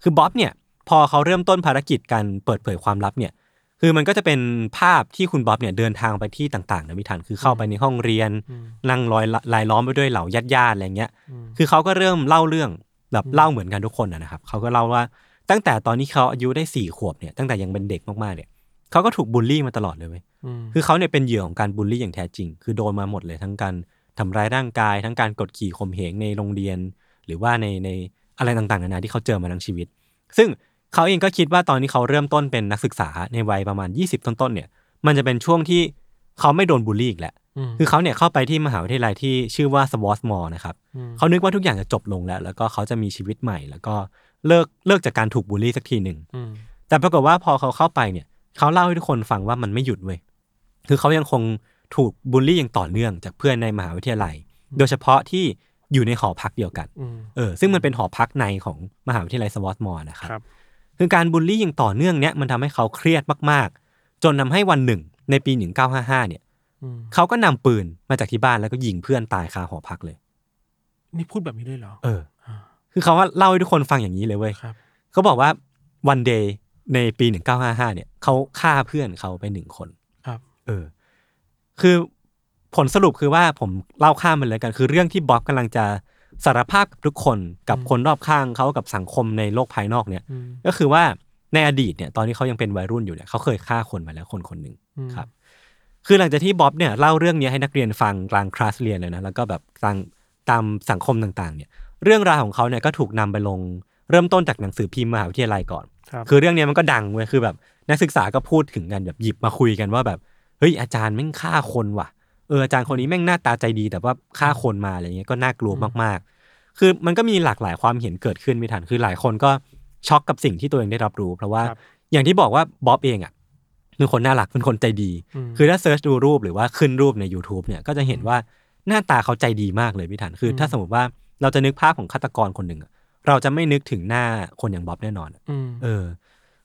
S1: คือบ๊อบเนี่ยพอเขาเริ่มต้นภารกิจการเปิดเผยความลับเนี่ย คือมันก็จะเป็นภาพที่คุณบ๊อบเนี่ยเดินทางไปที่ต่างๆนะพิทันคือเข้าไปในห้องเรียน
S2: อืม
S1: นั่งลอยลายล้อมไปด้วยเหล่าญาติๆอะไรเงี้ย
S2: อืม
S1: คือเขาก็เริ่มเล่าเรื่องแบบเล่าเหมือนกันทุกคนนะนะครับเขาก็เล่าว่าตั้งแต่ตอนนี้เขาอายุได้สี่ขวบเนี่ยตั้งแต่ยังเป็นเด็กมากๆเนี่ยเขาก็ถูกบูลลี่มาตลอดเลยเว้ย
S2: อืม
S1: คือเขาเนี่ยเป็นเหยื่อของการบูลลี่อย่างแท้จริง คือโดนมาหมดเลยทั้งการทำร้ายร่างกาย ทั้งการกดขี่ข่มเหงในโรงเรียน หรือว่าในในอะไรต่างๆนานาที่เขาเจอมาทั้งชีวิต ซึ่งเขาเองก็คิดว่าตอนที่เขาเริ่มต้นเป็นนักศึกษาในวัยประมาณ 20 ต้นๆเนี่ย มันจะเป็นช่วงที่เขาไม่โดนบูลลี่อีกแหละ
S2: อืม
S1: คือเขาเนี่ยเข้าไปที่มหาวิทยาลัยที่ชื่อว่าสวอสมอนะครับ
S2: อืม
S1: เขานึกว่าทุกอย่างจะจบลงแล้ว แล้วก็เขาจะมีชีวิตใหม่ แล้วก็เลิกเลิกจากการถูกบูลลี่สักทีหนึ่ง
S2: อืม
S1: แต่ปรากฏว่าพอเขาเข้าไปเนี่ยเขาเล่าให้ทุกคนฟังว่ามันไม่หยุดเว้ย คือเขายังคงถูกบูลลี่อย่างต่อเนื่องจากเพื่อนในมหาวิทยาลัย โดยเฉพาะที่อยู่ในหอพักเดียวกัน
S2: อืม
S1: เออซึ่งมันเป็นหอพักในของมหาวิทยาลัยสวอตมอร์นะครับ
S2: ครับ
S1: คือการบูลลี่อย่างต่อเนื่องเนี่ยมันทำให้เขาเครียดมาก ๆ จนทำให้วันหนึ่งในปี 1955 เนี่ย
S2: อืม
S1: เขาก็นำปืนมาจากที่บ้านแล้วก็ยิงเพื่อนตายคาหอพักเลย
S2: นี่พูดแบบนี้ด้วยเหรอ
S1: เออ คือเขาว่าเล่าให้ทุกคนฟังอย่างนี้เลยเว้ย
S2: ครับ
S1: เขาบอกว่าวันเดย์ในปี 1955 เนี่ยเขาฆ่าเพื่อนเขาไปหนึ่งคน
S2: ครับ
S1: เออ คือผลสรุปคือว่าผมเล่าข้ามมันเลยกัน คือเรื่องที่บ๊อบกำลังจะสารภาพกับทุกคนกับคนรอบข้างเขากับสังคมในโลกภายนอกเนี่ย
S2: อืม
S1: ก็คือว่าในอดีตเนี่ย ตอนที่เขายังเป็นวัยรุ่นอยู่เนี่ยเขาเคยฆ่าคนมาแล้วคนคนหนึ่ง
S2: อืม
S1: ครับ คือหลังจากที่บ๊อบเนี่ยเล่าเรื่องนี้ให้นักเรียนฟังกลางคลาสเรียนเลยนะแล้วก็แบบตามตามสังคมต่างๆ เนี่ย เรื่องราวของเขาเนี่ยก็ถูกนำไปลงเริ่มต้นจากหนังสือพิมพ์มหาวิทยาลัยก่อน
S2: ครับ
S1: คือเรื่องเนี้ยมันก็ดังเว้ยคือแบบนักศึกษาก็พูดถึงกันแบบหยิบมาคุยกันว่าแบบเฮ้ยอาจารย์แม่งฆ่าคนว่ะเอออาจารย์คนนี้แม่งหน้าตาใจดี แต่ว่าฆ่าคนมาอะไรเงี้ยก็น่ากลัวมากๆ คือมันก็มีหลากหลายความเห็นเกิดขึ้นไม่ทันคือหลายคนก็ช็อกกับสิ่งที่ตัวเองได้รับรู้ เพราะว่า
S2: ครับ
S1: อย่างที่บอกว่าบ๊อบเองอ่ะเป็นคนน่ารักเป็นคนใจดี
S2: อืม
S1: คือถ้าเซิร์ชดูรูปหรือว่าขึ้นรูปใน YouTube เนี่ยก็จะเห็นว่าหน้าตาเขาใจดีมากเลยพี่ถันคืออ
S2: ม
S1: ถ้าสมมติว่าเราจะนึกภาพของฆาตกรคนหนึ่งอะเราจะไม่นึกถึงหน้าคนอย่างบ๊อบแน่นอน
S2: อืม
S1: เออ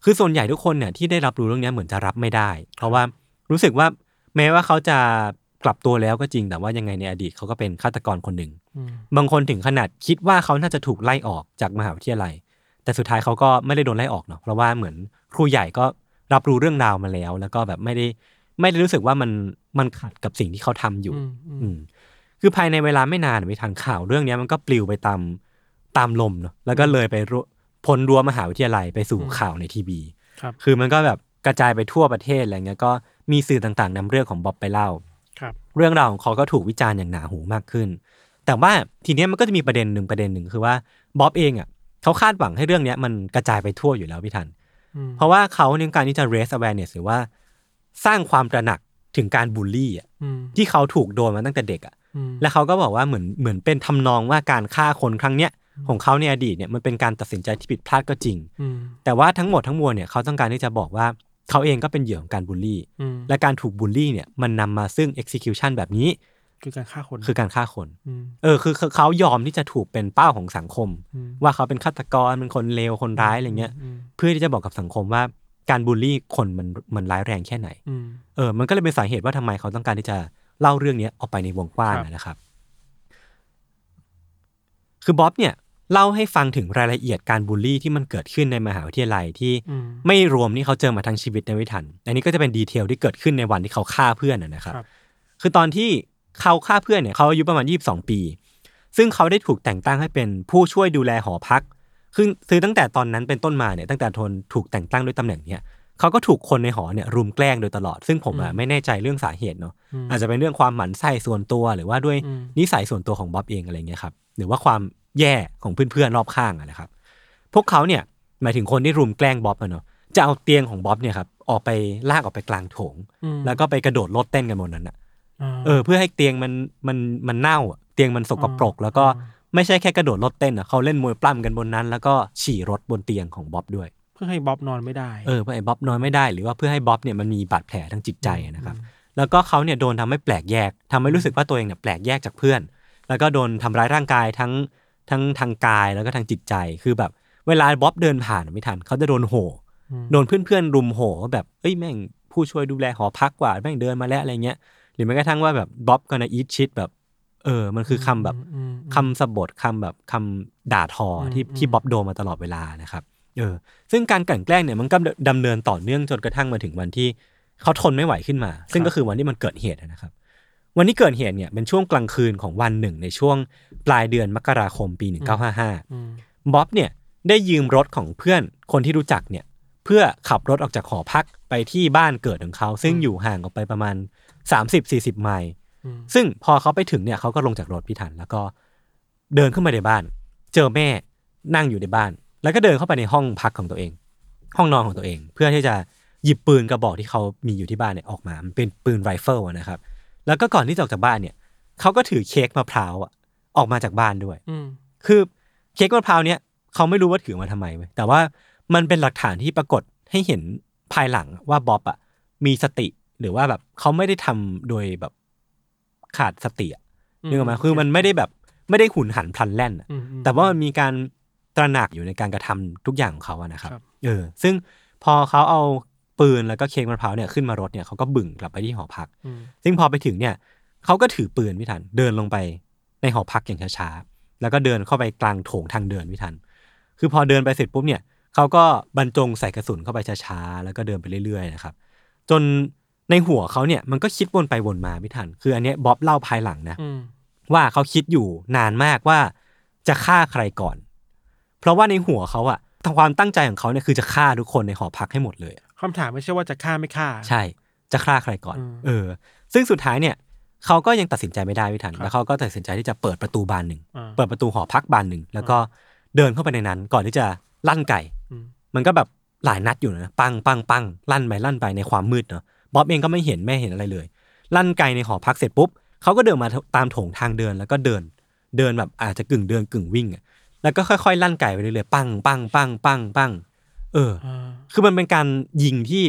S1: คือส่วนใหญ่ทุกคนเนี่ยที่ได้รับรู้เรื่องเนี้ยเหมือนจะรับไม่ได้ เพราะว่ารู้สึกว่าแม้ว่าเขาจะกลับตัวแล้วก็จริง แต่ว่ายังไงในอดีตเขาก็เป็นฆาตกรคนหนึ่ง
S2: อืม
S1: บางคนถึงขนาดคิดว่าเขาน่าจะถูกไล่ออกจากมหาวิทยาลัย แต่สุดท้ายเขาก็ไม่ได้โดนไล่ออกเนาะเพราะว่าเหมือนครูใหญ่ก็รับรู้เรื่องราวมาแล้ว แล้วก็แบบไม่ได้ไม่ได้รู้สึกว่ามันมันขัดกับสิ่งที่เขาทำอยู่
S2: อืมอืม
S1: อืมคือภายในเวลาไม่นานไม่ทันข่าวเรื่องเนี้ยมันก็ปลิวไปตามตามลมเนาะแล้วก็เลยไปรั้วพ้นรั้วมหาวิทยาลัยไปสู่
S2: อืม
S1: ข่าวในทีวี
S2: ครับ
S1: คือมันก็แบบกระจายไปทั่วประเทศอะไรเงี้ยก็มีสื่อต่างๆนำเรื่องของบ๊อบไปเล่า
S2: ครับ
S1: เรื่องราวของเขาก็ถูกวิจารณ์อย่างหนาหูมากขึ้น แต่ว่าทีเนี้ยมันก็จะมีประเด็นหนึ่งประเด็นหนึ่งคือว่าบ๊อบเองอ่ะเขาคาดหวังให้เรื่องเนี้ยมันกระจายไปทั่วอยู่แล้วพี่ทัน
S2: อืม
S1: เพราะว่าเขาในยการที่จะ raise awareness หรือว่าสร้างความตระหนักถึงการบูลลี่อะ
S2: อืม
S1: ที่เขาถูกโดนมาตั้งแต่เด็กอ่ะ
S2: อืม
S1: แล้วเขาก็บอกว่าเหมือนเหมือนเป็นทำนองว่าการฆ่าคนครั้งเนี้ยของเขาในอดีตเนี่ยมันเป็นการตัดสินใจที่ผิดพลาดก็จริง
S2: อืม
S1: แต่ว่าทั้งหมดทั้งมวลเนี่ยเขาต้องการที่จะบอกว่าเขาเองก็เป็นเหยื่อของการบูลลี่
S2: อืม
S1: และการถูกบูลลี่เนี่ยมันนำมาซึ่ง execution แบบนี้
S2: คือการฆ่าคน
S1: คือการฆ่าคน
S2: อืม
S1: เออคือคือเขายอมที่จะถูกเป็นเป้าของสังคม
S2: อืม
S1: ว่าเขาเป็นฆาตกรเป็นคนเลวคนร้ายอะไรเงี้ย
S2: อืม
S1: เพื่อที่จะบอกกับสังคมว่าการบูลลี่คนมันมันร้ายแรงแค่ไหน
S2: อืม
S1: เออ มันก็เลยเป็นสาเหตุว่าทำไมเขาต้องการที่จะเล่าเรื่องเนี้ยออกไปในวงกว้าง
S2: ครับ
S1: นะครับ คือบ๊อบเนี่ยเล่าให้ฟังถึงรายละเอียดการบูลลี่ที่มันเกิดขึ้นในมหาวิทยาลัยที่
S2: อืม
S1: ไม่รวมที่เขาเจอมาทั้งชีวิตในวิถัน อันนี้ก็จะเป็นดีเทลที่เกิดขึ้นในวันที่เขาฆ่าเพื่อนนะนะครับ
S2: ครับ
S1: คือตอนที่เขาฆ่าเพื่อนเนี่ยเขาอายุประมาณ 22 ปี ซึ่งเขาได้ถูกแต่งตั้งให้เป็นผู้ช่วยดูแลหอพัก ซึ่งคือตั้งแต่ตอนนั้นเป็นต้นมาเนี่ยตั้งแต่ทนถูกแต่งตั้งด้วยตำแหน่งเนี่ย เขาก็ถูกคนในหอเนี่ยรุมแกล้งโดยตลอด ซึ่งผมอะ
S2: อืม
S1: ไม่แน่ใจเรื่องสาเหตุเนาะ
S2: อืม
S1: อาจจะเป็นเรื่องความหมันไส้ส่วนตัวหรือว่าด้วย
S2: อืม
S1: นิสัยส่วนตัวของบ๊อบเองอะไรเงี้ยครับหรือว่าความแย่ของเพื่อนๆรอบข้างอะนะครับ พวกเขาเนี่ยหมายถึงคนที่รุมแกล้งบ๊อบอะเนาะจะเอาเตียงของบ๊อบเนี่ยครับออกไปลากออกไปกลางโถง
S2: อืม
S1: แล้วก็ไปกระโดดโลดเต้นกันบนนั้นอะ
S2: า
S1: เออเพื่อให้เตียงมันมันมันเน่าอะเตียงมันสกปรก
S2: อ่า
S1: แล้วก็
S2: อ่า
S1: ไม่ใช่แค่กระโดดรถเต้นอ่ะเขาเล่นมวยปล้ำกันบนนั้น แล้วก็ฉี่รถบนเตียงของบ๊อบด้วย
S2: เพื่อให้บ๊อบนอนไม่ได้
S1: เออเพื่อให้บ๊อบนอนไม่ได้ หรือว่าเพื่อให้บ๊อบเนี่ยมันมีบาดแผลทางจิตใจนะครับ แล้วก็เขาเนี่ยโดนทำให้แปลกแยกทำให้รู้สึกว่าตัวเองเนี่ยแปลกแยกจากเพื่อน แล้วก็โดนทำร้ายร่างกายทั้งทั้งทางกายแล้วก็ทางจิตใจคือแบบเวลาบ๊อบเดินผ่านไม่ทันเขาจะโดนโห โดนเพื่อนๆรุมโหว่าแบบเอ้ยแม่งผู้ช่วยดูแลหอพักกว่าแม่งเดินมาแล้วอะไรเงี้ยหรือแม้กระทั่งว่าแบบบ๊อบกันนะอีทชิดแบบ เออ มันคือคำแบบ
S2: อืม
S1: คำสบทคำแบบคำด่าทอที่
S2: อืม
S1: ที่บ๊อบโดนมาตลอดเวลานะครับ เออ ซึ่งการกลั่นแกล้งเนี่ยมันก็ดำเนินต่อเนื่องจนกระทั่งมาถึงวันที่เขาทนไม่ไหวขึ้นมา ซึ่งก็คือวันที่มันเกิดเหตุนะครับ วันที่เกิดเหตุเนี่ยเป็นช่วงกลางคืนของวันหนึ่งในช่วงปลายเดือนมกราคมปี 1955
S2: อืม
S1: บ๊อบเนี่ยได้ยืมรถของเพื่อนคนที่รู้จักเนี่ยเพื่อขับรถออกจากหอพักไปที่บ้านเกิดของเขา ซึ่งอยู่ห่างออกไปประมาณ 30-40 ไมล์
S2: อืม
S1: ซึ่งพอเขาไปถึงเนี่ยเขาก็ลงจากรถพิถัน แล้วก็เดินขึ้นมาในบ้าน เจอแม่นั่งอยู่ในบ้าน แล้วก็เดินเข้าไปในห้องพักของตัวเอง ห้องนอนของตัวเอง เพื่อที่จะหยิบปืนกระบอกที่เขามีอยู่ที่บ้านเนี่ยออกมามันเป็นปืนไรเฟิลอะนะครับ แล้วก็ก่อนที่จะออกจากบ้านเนี่ยเขาก็ถือเค้กมะพร้าวอะออกมาจากบ้านด้วย
S2: อืม
S1: คือเค้กมะพร้าวเนี่ยเขาไม่รู้ว่าถือมาทำไมเว้ยแต่ว่ามันเป็นหลักฐานที่ปรากฏให้เห็นภายหลังว่าบ๊อบอะมีสติ หรือว่าแบบเขาไม่ได้ทำโดยแบบขาดสติอะ
S2: ม
S1: นึกออกไหมคือมันไม่ได้แบบไม่ได้หุนหันพลันแล่นอะ
S2: อืมอืม
S1: แต่ว่ามันมีการตระหนักอยู่ในการกระทำทุกอย่างของเขาอะนะครับ
S2: ครับ
S1: เออ ซึ่งพอเขาเอาปืนแล้วก็เค้กมะพร้าวเนี่ยขึ้นมารถเนี่ยเขาก็บึ่งกลับไปที่หอพัก
S2: อืม
S1: ซึ่งพอไปถึงเนี่ยเขาก็ถือปืนไม่ทัน เดินลงไปในหอพักอย่างช้าๆ แล้วก็เดินเข้าไปกลางโถงทางเดินไม่ทัน คือพอเดินไปเสร็จปุ๊บเนี่ยเขาก็บรรจงใส่กระสุนเข้าไปช้าๆ แล้วก็เดินไปเรื่อยๆนะครับ จนในหัวเขาเนี่ยมันก็คิดวนไปวนมาไม่ทัน คืออันเนี้ยบ๊อบเล่าภายหลังนะ
S2: อืม
S1: ว่าเขาคิดอยู่นานมากว่าจะฆ่าใครก่อน เพราะว่าในหัวเขาอะความตั้งใจของเขาเนี่ยคือจะฆ่าทุกคนในหอพักให้หมดเลยอะ
S2: คำถามไม่ใช่ว่าจะฆ่าไม่ฆ่า
S1: ใช่ จะฆ่าใครก่อน
S2: อืม
S1: เออ ซึ่งสุดท้ายเนี่ยเขาก็ยังตัดสินใจไม่ได้พี่ทัน
S2: ครับ
S1: แล้วเขาก็ตัดสินใจที่จะเปิดประตูบานหนึ่ง
S2: อ่า
S1: เปิดประตูหอพักบานหนึ่ง แล้วก็เดินเข้าไปในนั้น ก่อนที่จะลั่นไก่
S2: อืม
S1: มันก็แบบหลายนัดอยู่นะ ปังปังปังลั่นไปลั่นไปในความมืดเนาะ บ๊อบเองก็ไม่เห็นไม่เห็นอะไรเลย ลั่นไกลในหอพักเสร็จปุ๊บเขาก็เดินมาตามโถงทางเดินแล้วก็เดิน เดินแบบอาจจะกึ่งเดินกึ่งวิ่งอะแล้วก็ค่อยๆลั่นไกลไปเรื่อยๆปังปังปังปังปังเออ
S2: อ่า
S1: คือมันเป็นการยิงที่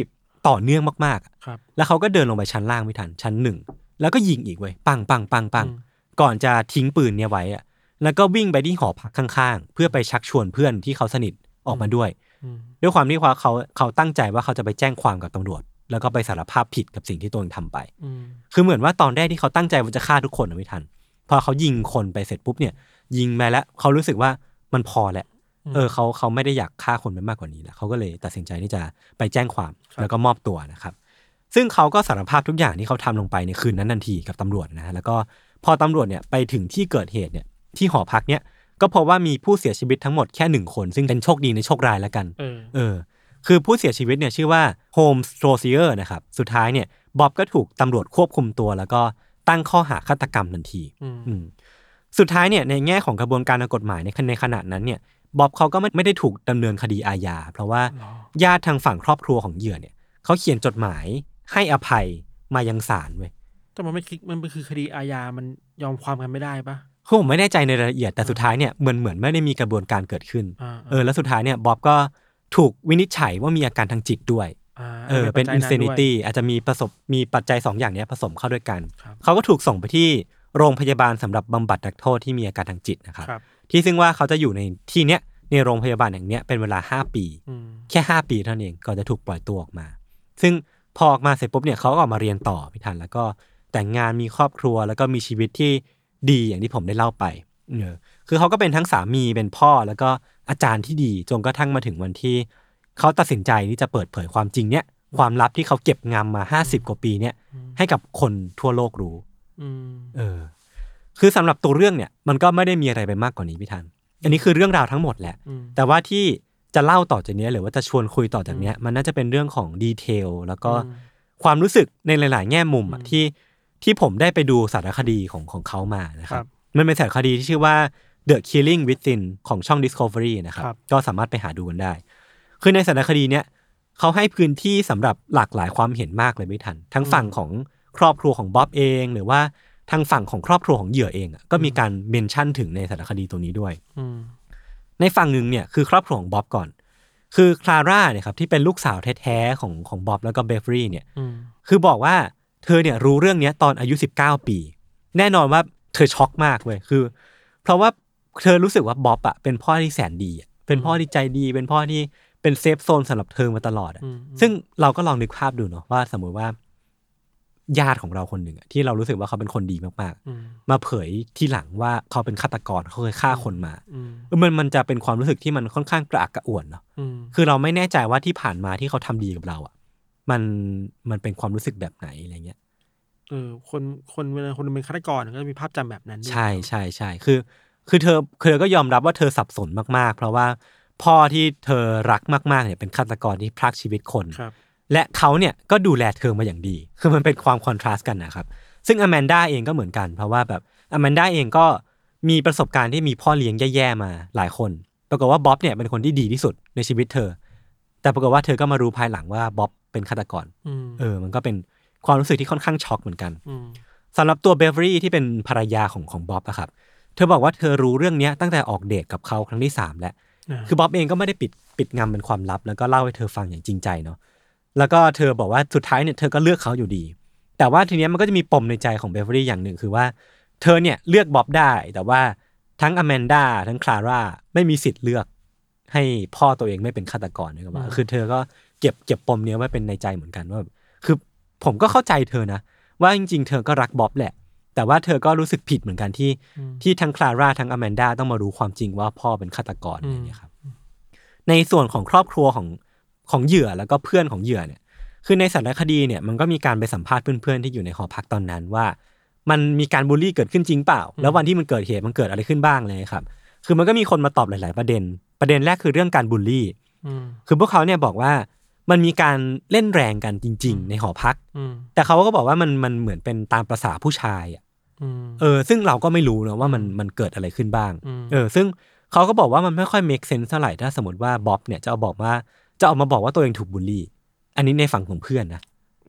S1: ต่อเนื่องมากๆอะ
S2: ครับ
S1: แล้วเขาก็เดินลงไปชั้นล่างไม่ทันชั้นหนึ่ง แล้วก็ยิงอีกเว้ยปังปังปังปัง
S2: อืม
S1: ก่อนจะทิ้งปืนเนี่ยไว้อะแล้วก็วิ่งไปที่หอพักข้างๆ เพื่อไปชักชวนเพื่อนที่เขาสนิทออกมาด้วย
S2: อืม
S1: ด้วยความที่ว่าเขาเขาตั้งใจว่าเขาจะไปแจ้งความกับตำรวจ แล้วก็ไปสารภาพผิดกับสิ่งที่ตัวเองทำไป
S2: อืม
S1: คือเหมือนว่าตอนแรกที่เขาตั้งใจว่าจะฆ่าทุกคนน่ะไม่ทัน พอเขายิงคนไปเสร็จปุ๊บเนี่ย ยิงไปแล้วเขารู้สึกว่ามันพอแหละ เออเขาเขาไม่ได้อยากฆ่าคนไปมากกว่านี้แล้วเขาก็เลยตัดสินใจที่จะไปแจ้งความแล้วก็มอบตัวนะครับ ซึ่งเขาก็สารภาพทุกอย่างที่เขาทำลงไปในคืนนั้นทันทีกับตำรวจนะฮะแล้วก็พอตำรวจเนี่ยไปถึงที่เกิดเหตุเนี่ยที่หอพักเนี่ยก็พบว่ามีผู้เสียชีวิตทั้งหมดแค่หนึ่งคน ซึ่งเป็นโชคดีในโชคร้ายแล้วกัน
S2: เออ
S1: เออ คือผู้เสียชีวิตเนี่ยชื่อว่าโฮมสโตรเซียร์นะครับ สุดท้ายเนี่ยบ๊อบก็ถูกตำรวจควบคุมตัว แล้วก็ตั้งข้อหาฆาตกรรมทันที
S2: อืม
S1: อืมสุดท้ายเนี่ยในแง่ของกระบวนการทางกฎหมายในในขณะนั้นเนี่ยบ๊อบเขาก็ไม่ไม่ได้ถูกดำเนินคดีอาญาเพราะว่า
S2: หรอ
S1: ญาติทางฝั่งครอบครัวของเหยื่อเนี่ยเขาเขียนจดหมายให้อภัยมายังศาลเว้ย
S2: แต่มันไม่คิดมันคือคดีอาญา มันยอมความกันไม่ได้ปะ
S1: คือผมไม่แน่ใจในรายละเอียดแต่สุดท้ายเนี่ยเหมือนเหมือนไม่ได้มีกระบวนการเกิดขึ้น
S2: อ่า
S1: เออแล้วสุดท้ายเนี่ยบ๊อบก็ถูกวินิจฉัยว่ามีอาการทางจิตด้วย
S2: อ่า
S1: เออเป็น
S2: ปัจจัยด้วย
S1: insanity อาจจะมีประสบมีปัจจัย 2 อย่างเนี้ยผสมเข้าด้วยกัน
S2: ครับ
S1: เขาก็ถูกส่งไปที่โรงพยาบาลสำหรับบำบัดนักโทษที่มีอาการทางจิตนะครับ
S2: ครับ
S1: ที่ซึ่งว่าเขาจะอยู่ในที่เนี้ยในโรงพยาบาลแห่งเนี้ยเป็นเวลา 5 ปี
S2: อืม
S1: แค่ 5 ปีเท่านั้นเองก่อนจะถูกปล่อยตัวออกมา ซึ่งพอออกมาเสร็จปุ๊บเนี่ยเขาก็ออกมาเรียนต่อพิธันแล้วก็แต่งงานมีครอบครัวแล้วก็มีชีวิตที่ดีอย่างที่ผมได้เล่าไปเออคือเขาก็เป็นทั้งสามีเป็นพ่อแล้วก็อาจารย์ที่ดีจนกระทั่งมาถึงวันที่ เขาตัดสินใจที่จะเปิดเผยความจริงเนี่ยความลับที่เขาเก็บงำมา 50 กว่าปีเนี่ยให้กับคนทั่วโลกรู้
S2: อืม
S1: เออ คือสำหรับตัวเรื่องเนี่ยมันก็ไม่ได้มีอะไรไปมากกว่านี้พี่ทัน อันนี้คือเรื่องราวทั้งหมดแหละ
S2: อืม
S1: แต่ว่าที่จะเล่าต่อจากเนี้ยหรือว่าจะชวนคุยต่อจากเนี้ยมันน่าจะเป็นเรื่องของดีเทลแล้วก็
S2: อืม
S1: ความรู้สึกในหลาย ๆ แง่มุมอะ
S2: อืม
S1: ที่ที่ผมได้ไปดูสารคดีของของเขามานะครั
S2: ครับ บ
S1: มันเป็นสารคดีที่ชื่อว่า The Killing Within ของช่อง Discovery นะครับ
S2: ครับ
S1: ก็สามารถไปหาดูกันได้ คือในสารคดีเนี้ยเขาให้พื้นที่สำหรับหลากหลายความเห็นมากเลยไม่ทัน ทั้งฝั่งของครอบครัวของบ๊อบเอง หรือว่าทางฝั่งของครอบครัวของเหยื่อเองอะก็มีการเมนชั่นถึงในสารคดีตัวนี้ด้วย
S2: อืม
S1: ในฝั่งหนึ่งเนี่ยคือครอบครัวของบ๊อบก่อน คือคลาร่าเนี่ยครับที่เป็นลูกสาวแท้ๆของของบ๊อบแล้วก็เบฟรี่เนี่ย
S2: อืม
S1: คือบอกว่าเธอเนี่ยรู้เรื่องเนี้ยตอนอายุ 19 ปี แน่นอนว่าเธอช็อกมากเว้ยคือ เพราะว่าเธอรู้สึกว่าบ๊อบอะเป็นพ่อที่แสนดีอะเป็นพ่อที่ใจดี เป็นพ่อที่เป็นเซฟโซนสำหรับเธอมาตลอดอะ
S2: อืม
S1: ซึ่งเราก็ลองนึกภาพดูเนาะว่าสมมติว่า ญาติของเราคนหนึ่งอะที่เรารู้สึกว่าเขาเป็นคนดีมาก
S2: อืม
S1: ๆ มาเผยที่หลังว่าเขาเป็นฆาตกรเขาเคยฆ่าคนมา
S2: อืม
S1: เออมันมันจะเป็นความรู้สึกที่มันค่อนข้างกระอักกระอ่วนเนาะ
S2: อืม
S1: คือเราไม่แน่ใจว่าที่ผ่านมาที่เขาทำดีกับเราอ่ะ มันมันเป็นความรู้สึกแบบไหนอะไรเงี้ย
S2: เออคนคนเวลาคนเป็นฆาตกรก็จะมีภาพจำแบบนั้นด้วย
S1: ใช่ใช่ใช่คือ คือเธอเธอก็ยอมรับว่าเธอสับสนมากๆ เพราะว่าพ่อที่เธอรักมากๆเนี่ยเป็นฆาตกรที่พรากชีวิตคน
S2: ครับ
S1: และเขาเนี่ยก็ดูแลเธอมาอย่างดี คือมันเป็นความคอนทราสต์กันนะครับ ซึ่งอแมนด้าเองก็เหมือนกัน เพราะว่าแบบอแมนด้าเองก็มีประสบการณ์ที่มีพ่อเลี้ยงแย่ๆมาหลายคน ปรากฏว่าบ๊อบเนี่ยเป็นคนที่ดีที่สุดในชีวิตเธอ แต่ปรากฏว่าเธอก็มารู้ภายหลังว่าบ๊อบเป็นฆาตกร
S2: อืม
S1: เออ มันก็เป็นความรู้สึกที่ค่อนข้างช็อกเหมือนกัน
S2: อืม
S1: สำหรับตัวเบเวอรี่ที่เป็นภรรยาของของบ๊อบอะครับ เธอบอกว่าเธอรู้เรื่องเนี้ยตั้งแต่ออกเดทกับเขาครั้งที่สามแล้ว
S2: นะ
S1: คือบ๊อบเองก็ไม่ได้ปิดปิดงำเป็นความลับ แล้วก็เล่าให้เธอฟังอย่างจริงใจเนาะ แล้วก็เธอบอกว่าสุดท้ายเนี่ยเธอก็เลือกเขาอยู่ดี แต่ว่าทีเนี้ยมันก็จะมีปมในใจของเบเวอรี่อย่างหนึ่งคือว่า เธอเนี่ยเลือกบ๊อบได้ แต่ว่าทั้งอแมนดาทั้งคลาร่าไม่มีสิทธิ์เลือก ให้พ่อตัวเองไม่เป็นฆาตกรนะครับว่า
S2: อืม
S1: คือเธอก็เก็บเก็บปมเนี้ยไว้เป็นในใจเหมือนกันว่า คือผมก็เข้าใจเธอนะ ว่าจริง ๆ เธอก็รักบ๊อบแหละ แต่ว่าเธอก็รู้สึกผิดเหมือนกันที่
S2: อืม
S1: ที่ทั้งคลาร่าทั้งอแมนดาต้องมารู้ความจริงว่าพ่อเป็นฆาตกร
S2: อื
S1: อะไร
S2: ม
S1: อย่างเงี้ยครับ ในส่วนของครอบครัวของของเหยื่อแล้วก็เพื่อนของเหยื่อเนี่ย คือในสารคดีเนี่ยมันก็มีการไปสัมภาษณ์เพื่อนๆที่อยู่ในหอพักตอนนั้นว่า มันมีการบูลลี่เกิดขึ้นจริงเปล่า แล้ววันที่มันเกิดเหตุมันเกิดอะไรขึ้นบ้างเลยครับ คือมันก็มีคนมาตอบหลาย ๆ ประเด็น ประเด็นแรกคือเรื่องการบูลลี่
S2: อืม
S1: คือพวกเขาเนี่ยบอกว่ามันมีการเล่นแรงกันจริง ๆ ในหอพัก
S2: อืม
S1: แต่เขาก็บอกว่ามันมันเหมือนเป็นตามประษาผู้ชายอะ
S2: อืม
S1: เออซึ่งเราก็ไม่รู้นะว่ามันมันเกิดอะไรขึ้นบ้าง
S2: อืม
S1: เออซึ่งเขาก็บอกว่ามันไม่ค่อย make sense เท่าไหร่ถ้าสมมติว่าบ๊อบเนี่ยจะเอาบอกว่าจะออกมาบอกว่าตัวเองถูกบูลลี่ อันนี้ในฝั่งของเพื่อนนะ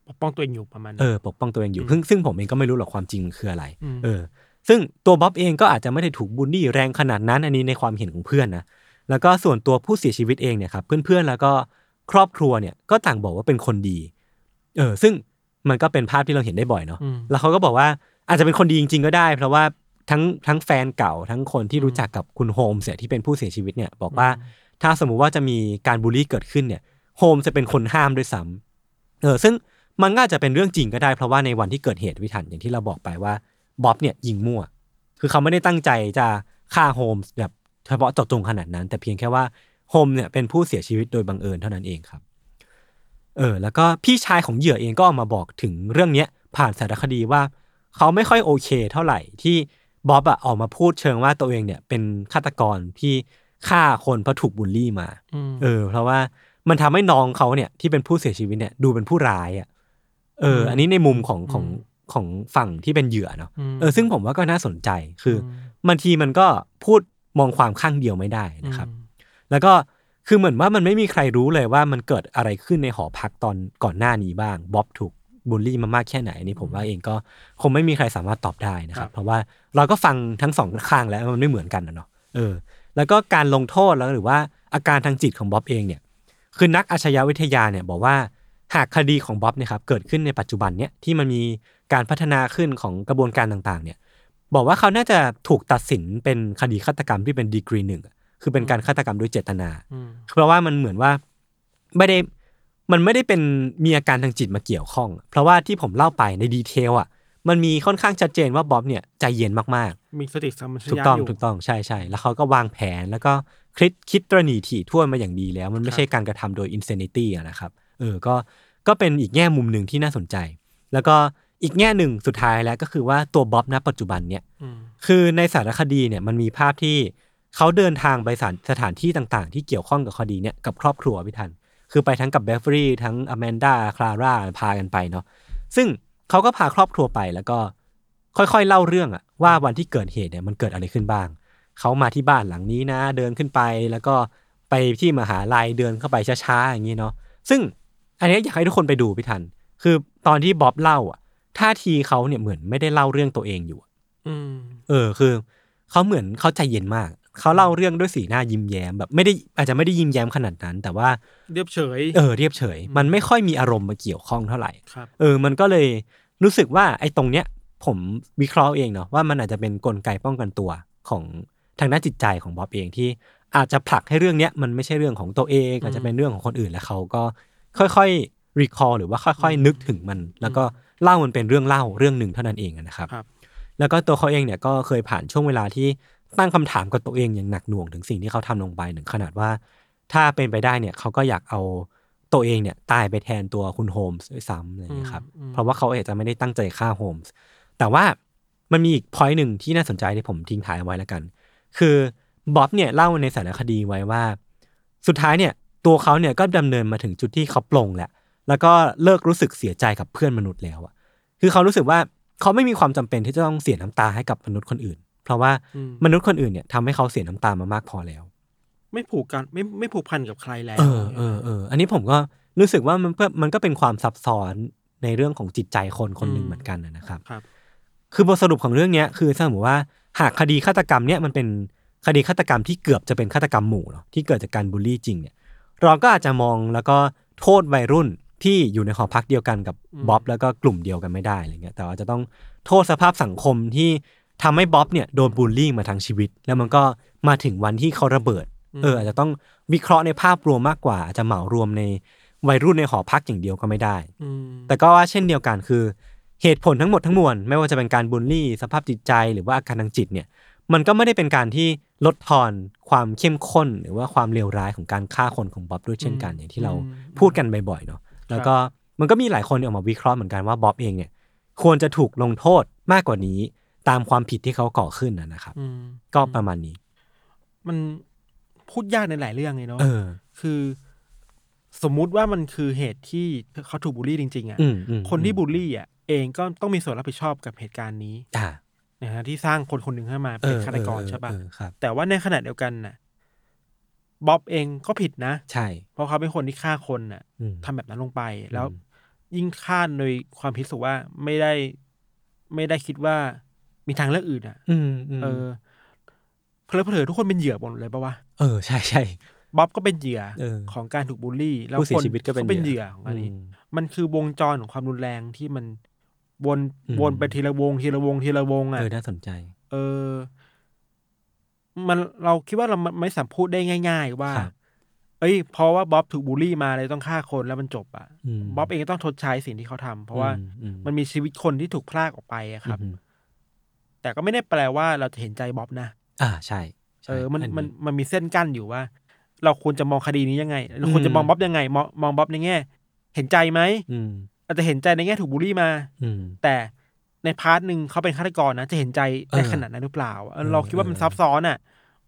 S2: ปกป้องตัวเองอยู่ประมาณนั้น
S1: เออปกป้องตัวเองอยู่
S2: อืม
S1: ซึ่งซึ่งผมเองก็ไม่รู้หรอกความจริงคืออะไร
S2: อืม
S1: เออ ซึ่งตัวบ๊อบเองก็อาจจะไม่ได้ถูกบูลลี่แรงขนาดนั้นอันนี้ในความเห็นของเพื่อนนะแล้วก็ส่วนตัวผู้เสียชีวิตเองเนี่ยครับเพื่อนๆแล้วก็ครอบครัวเนี่ยก็ต่างบอกว่าเป็นคนดี เออ ซึ่งมันก็เป็นภาพที่เราเห็นได้บ่อยเนาะ
S2: อืม
S1: แล้วเขาก็บอกว่าอาจจะเป็นคนดีจริงๆก็ได้ เพราะว่าทั้งทั้งแฟนเก่าทั้งคนที่รู้จักกับคุณโฮมเสียที่เป็นผู้เสียชีวิตเนี่ย บอกว่าถ้าสมมุติว่าจะมีการบูลลี่เกิดขึ้นเนี่ยโฮมจะเป็นคนห้ามด้วยซ้ำเออซึ่งมันก็อาจจะเป็นเรื่องจริงก็ได้ เพราะว่าในวันที่เกิดเหตุวิถันอย่างที่เราบอกไปว่าบ๊อบเนี่ยยิงมั่ว คือเขาไม่ได้ตั้งใจจะฆ่าโฮมแบบเฉพาะเจาะจงขนาดนั้น แต่เพียงแค่ว่าโฮมเนี่ยเป็นผู้เสียชีวิตโดยบังเอิญเท่านั้นเองครับ เออแล้วก็พี่ชายของเหยื่อเองก็ออกมาบอกถึงเรื่องเนี้ยผ่านสารคดีว่า เขาไม่ค่อยโอเคเท่าไหร่ที่บ๊อบอะออกมาพูดเชิงว่าตัวเองเนี่ยเป็นฆาตกรที่ฆ่าคนเพราะถูกบูลลี่มา
S2: ม
S1: เออ เพราะว่ามันทำให้น้องเขาเนี่ยที่เป็นผู้เสียชีวิตเนี่ยดูเป็นผู้ร้ายอะเออ อันนี้ในมุมของของของฝั่งที่เป็นเหยื่อเนาะ
S2: ม
S1: เออซึ่งผมว่าก็น่าสนใจคืออ
S2: ม
S1: บางทีมันก็พูดมองความข้างเดียวไม่ได้นะครับ
S2: อืม
S1: แล้วก็คือเหมือนว่ามันไม่มีใครรู้เลยว่ามันเกิดอะไรขึ้นในหอพักตอนก่อนหน้านี้บ้างบ๊อบถูกบูลลี่มามากแค่ไหนอันนี้ผมว่าเองก็คงไม่มีใครสามารถตอบได้นะครับ เพราะว่าเราก็ฟังทั้งสองข้างแล้วมันไม่เหมือนกันนะเนาะเออ แล้วก็การลงโทษแล้วหรือว่าอาการทางจิตของบ๊อบเองเนี่ย คือนักอาชญาวิทยาเนี่ยบอกว่าหากคดีของบ๊อบเนี่ยครับเกิดขึ้นในปัจจุบันเนี่ยที่มันมีการพัฒนาขึ้นของกระบวนการต่างๆ เนี่ย บอกว่าเขาน่าจะถูกตัดสินเป็นคดีฆาตกรรมที่เป็นดีกรีหนึ่งอะคือเป็นการฆาตกรรมโดยเจตนา
S2: อืม
S1: เพราะว่ามันเหมือนว่าไม่ได้มันไม่ได้เป็นมีอาการทางจิตมาเกี่ยวข้อง เพราะว่าที่ผมเล่าไปในดีเทลอ่ะมันมีค่อนข้างชัดเจนว่าบ๊อบเนี่ยใจเย็นมาก
S2: มีสติสัมป
S1: ๆ
S2: ชัญ
S1: ถูก
S2: ญะ
S1: ต้อง
S2: อยู่
S1: ถูกต้องใช่ใช่แล้วเขาก็วางแผนแล้วก็คิดคิดตระหนี่ถี่ถ้วนมาอย่างดีแล้ว มันไม่ใช่การกระทำโดยอินเซนิตี้นะครับเออก็ก็เป็นอีกแง่มุมหนึ่งที่น่าสนใจ แล้วก็อีกแง่หนึ่งสุดท้ายแล้วก็คือว่าตัวบ๊อบณปัจจุบันเนี่ย
S2: อืม
S1: คือในสารคดีเนี่ยมันมีภาพที่เขาเดินทางไปสถานสถานที่ต่างๆ ที่เกี่ยวข้องกับคดีเนี่ยกับครอบครัวพี่ทัน คือไปทั้งกับเบฟรี่ทั้งอแมนดาคลาร่าพากันไปเนาะซึ่งเขาก็พาครอบครัวไปแล้วก็ค่อยๆเล่าเรื่องอะว่าวันที่เกิดเหตุเนี่ยมันเกิดอะไรขึ้นบ้าง เขามาที่บ้านหลังนี้นะ เดินขึ้นไปแล้วก็ไปที่มหาลัยเดินเข้าไปช้าๆอย่างนี้เนาะซึ่งอันเนี้ยอยากให้ทุกคนไปดูพี่ทัน คือตอนที่บ๊อบเล่าอะท่าทีเขาเนี่ยเหมือนไม่ได้เล่าเรื่องตัวเองอยู่
S2: อืม
S1: เออคือเขาเหมือนเขาใจเย็นมาก เขาเล่าเรื่องด้วยสีหน้ายิ้มแย้มแบบไม่ได้อาจจะไม่ได้ยิ้มแย้มขนาดนั้น แต่ว่า
S2: เรียบเฉย
S1: เออเรียบเฉย มันไม่ค่อยมีอารมณ์มาเกี่ยวข้องเท่าไหร่
S2: ครับ
S1: เออมันก็เลยรู้สึกว่าไอ้ตรงเนี้ยผมวิเคราะห์เองเนาะว่ามันอาจจะเป็นนกลไกป้องกันตัวของทางด้านจิตใจของบ๊อบเองที่อาจจะผลักให้เรื่องเนี้ยมันไม่ใช่เรื่องของตัวเอง อาจจะเป็นเรื่องของคนอื่นแล้วเขาก็ค่อยๆ recall หรือว่าค่อย ๆ นึกถึงมัน แล้วก็เล่ามันเป็นเรื่องเล่าเรื่องหนึ่งเท่านั้นเองนะครับ
S2: ครับ
S1: แล้วก็ตัวเขาเองเนี่ยก็เคยผ่านช่วงเวลาที่ตั้งคำถามกับตัวเองอย่างหนักหน่วงถึงสิ่งที่เขาทำลงไปถึงขนาดว่า ถ้าเป็นไปได้เนี่ยเขาก็อยากเอาตัวเองเนี่ยตายไปแทนตัวคุณโฮมส์ด้วยซ้ำอะไรอย่างเงี้ยครับ
S2: อืมอืม
S1: เพราะว่าเขาอาจจะไม่ได้ตั้งใจฆ่าโฮมส์แต่ว่ามันมีอีก point หนึ่งที่น่าสนใจที่ผมทิ้งท้ายเอาไว้แล้วกัน คือบ๊อบเนี่ยเล่าในสารคดีไว้ว่า สุดท้ายเนี่ยตัวเขาเนี่ยก็ดำเนินมาถึงจุดที่เขาปลงแหละแล้วก็เลิกรู้สึกเสียใจกับเพื่อนมนุษย์แล้วอะ คือเขารู้สึกว่าเขาไม่มีความจำเป็นที่จะต้องเสียน้ำตาให้กับมนุษย์คนอื่น เพราะว่า
S2: อืม
S1: มนุษย์คนอื่นเนี่ยทำให้เขาเสียน้ำตามามากพอแล้ว
S2: ไม่ผูกกันไม่ไม่ผูกพันกับใครแล้ว
S1: เออเออเอออันนี้ผมก็รู้สึกว่ามันเพื่อมันก็เป็นความซับซ้อนในเรื่องของจิตใจคนคนหนึ่งเหมือนกันนะนะครับ
S2: ครับ
S1: คือบทสรุปของเรื่องเนี้ยคือสมมติว่าหากคดีฆาตกรรมเนี่ยมันเป็นคดีฆาตกรรมที่เกือบจะเป็นฆาตกรรมหมู่เนาะที่เกิดจากการบูลลี่จริงเนี่ยเราก็อาจจะมองแล้วก็โทษวัยรุ่น ที่อยู่ในหอพักเดียวกันกับ
S2: อืม
S1: บ๊อบแล้วก็กลุ่มเดียวกันไม่ได้อะไรเงี้ยแต่ว่าจะต้องโทษสภาพสังคมที่ทำให้บ๊อบเนี่ยโดนบูลลี่มาทั้งชีวิต แล้วมันก็มาถึงวันที่เขาระเบิด เอออาจจะต้องวิเคราะห์ในภาพรวมมากกว่า อาจจะเหมารวมในวัยรุ่นในหอพักอย่างเดียวก็ไม่ได้ แต่ก็ว่าเช่นเดียวกันคือ เหตุผลทั้งหมดทั้งมวลไม่ว่าจะเป็นการบูลลี่ สภาพจิตใจหรือว่าอาการทางจิตเนี่ย มันก็ไม่ได้เป็นการที่ลดทอนความเข้มข้น หรือว่าความเลวร้ายของการฆ่าคนของบ๊อบด้วยเช่นกัน
S2: อืม
S1: อย่างที่เรา
S2: อืม
S1: พูดกันบ่อยๆเนาะแล้วก็มันก็มีหลายคนออกมาวิเคราะห์เหมือนกันว่าบ๊อบเองเนี่ยควรจะถูกลงโทษมากกว่านี้ตามความผิดที่เขาก่อขึ้นนะนะครับ
S2: อืม
S1: ก็ประมาณนี้
S2: มันพูดยากในหลายเรื่องเลยเนาะ
S1: เออ
S2: คือ สมมุติว่ามันคือเหตุที่เขาถูกบูลลี่จริงๆอ่ะ
S1: อืมอืม
S2: คนที่บูลลี่อ่ะเองก็ต้องมีส่วนรับผิดชอบกับเหตุการณ์นี้
S1: อ่า
S2: นะฮะที่สร้างคนคนหนึ่งขึ้นมาเป็นฆาตกรใช่ปะ
S1: เออครับ
S2: แต่ว่าในขณะเดียวกันน่ะบ๊อบเองก็ผิดนะ
S1: ใช่
S2: เพราะเขาเป็นคนที่ฆ่าคนน่ะ
S1: อืม
S2: ทำแบบนั้นลงไป แล้ว
S1: อืม
S2: ยิ่งฆ่าโดยความพิดสูจว่าไม่ได้ไม่ได้คิดว่ามีทางเลือกอื่นอ่ะ
S1: อืมอืม
S2: เออเพลิดเพลิทุกคนเป็นเหยื่อหมดเลยปะวะ
S1: เออใช่ใช่
S2: บ๊อบก็เป็นเหยื่อ
S1: เออ
S2: ของการถูกบูลลี่ แล้ว
S1: ผู้เสีย
S2: คน
S1: ชีวิตก็เป็น
S2: เป็นเหยื่อของอันนี้
S1: ม
S2: มันคือวงจรของความรุนแรงที่มันวน
S1: อืม
S2: วนไปทีละวง ทีละวง ทีละวงอ่ะ
S1: เออน่าสนใจ
S2: เออ มันเราคิดว่าเราไม่สามารถพูดได้ง่าย ๆ ว่า
S1: ครับ
S2: เอ้ยเพราะว่าบ๊อบถูกบูลลี่มาเลยต้องฆ่าคนแล้วมันจบอ่ะ
S1: อืม
S2: บ๊อบเองก็ต้องชดใช้สิ่งที่เขาทำเพราะว่า
S1: อือื
S2: มันมีชีวิตคนที่ถูกพรากออกไปอะครับ
S1: อืม
S2: แต่ก็ไม่ได้แปลว่าเราจะเห็นใจบ๊อบนะ
S1: อ่าใช่ใช่
S2: เออ มัน
S1: น
S2: มัน
S1: นี้
S2: มันมีเส้นกั้นอยู่ว่า เราควรจะมองคดีนี้ยังไง เราควร
S1: อืม
S2: จะมองบ๊อบยังไง มองมองบ๊อบในแง่ เห็นใจไหม
S1: อืม
S2: อาจจะเห็นใจในแง่ถูกบูลลี่มา
S1: อืม
S2: แต่ในพาร์ทหนึ่งเขาเป็นฆาตกรนะ จะเห็นใจ
S1: เอ
S2: ได้
S1: อ
S2: ขนาดนั้นหรือเปล่าเออ
S1: เออ
S2: เราคิดว่ามัน
S1: เออ
S2: ซับซ้อนอ่ะ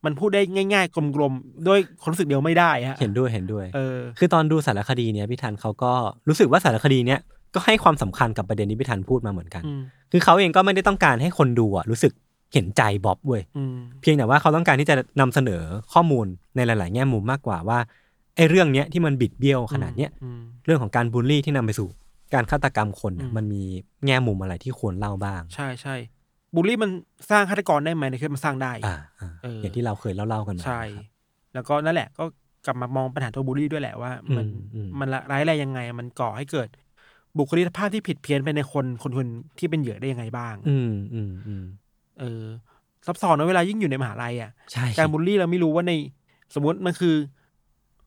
S2: มันพูดได้ง่าย ๆ กลมๆ ด้วยความรู้สึกเดียวไม่ได้ฮะ
S1: เห็นด้วยเห็นด้วย
S2: เออ
S1: คือตอนดูสารคดีเนี้ยพี่ทันเขาก็รู้สึกว่าสารคดีเนี้ยก็ให้ความสำคัญกับประเด็นที่พี่ทันพูดมาเหมือนกัน
S2: อืม
S1: คือเขาเองก็ไม่ได้ต้องการให้คนดูอะรู้สึกเห็นใจบ๊อบเว้ย
S2: อืม
S1: เพียงแต่ว่าเขาต้องการที่จะนำเสนอข้อมูลในหลาย ๆ แง่มุมมากกว่าว่าไอ้เรื่องเนี้ยที่มันบิดเบี้ยวขนาดเนี้ย
S2: อืม
S1: เรื่องของการบูลลี่ที่นำไปสู่การฆาตกรรมคนเนี่ย
S2: อืม
S1: มันมีแง่มุมอะไรที่ควรเล่าบ้าง
S2: ใช่ใช่บูลลี่มันสร้างฆาตกรได้ไหมในคือมันสร้างได้
S1: อ่าอา
S2: เออ
S1: อ
S2: อ
S1: ย่างที่เราเคยเล่าเล่าๆกันมา
S2: ใช่
S1: ครับ
S2: แล้วก็นั่นแหละ ก็กลับมามองปัญหาตัวบูลลี่ด้วยแหละว่า มัน
S1: อืมอืม
S2: มันละร้ายแรงยังไง มันก่อให้เกิด บุคลิกภาพที่ผิดเพี้ยนไปในคนคนคนที่เป็นเหยื่อได้ยังไงบ้าง
S1: อืมอืมอืม
S2: เออ ซับซ้อนนะเวลายิ่งอยู่ในมหาลัยอ่ะ
S1: ใช่
S2: การบูลลี่เราไม่รู้ว่าในสมมติมันคือ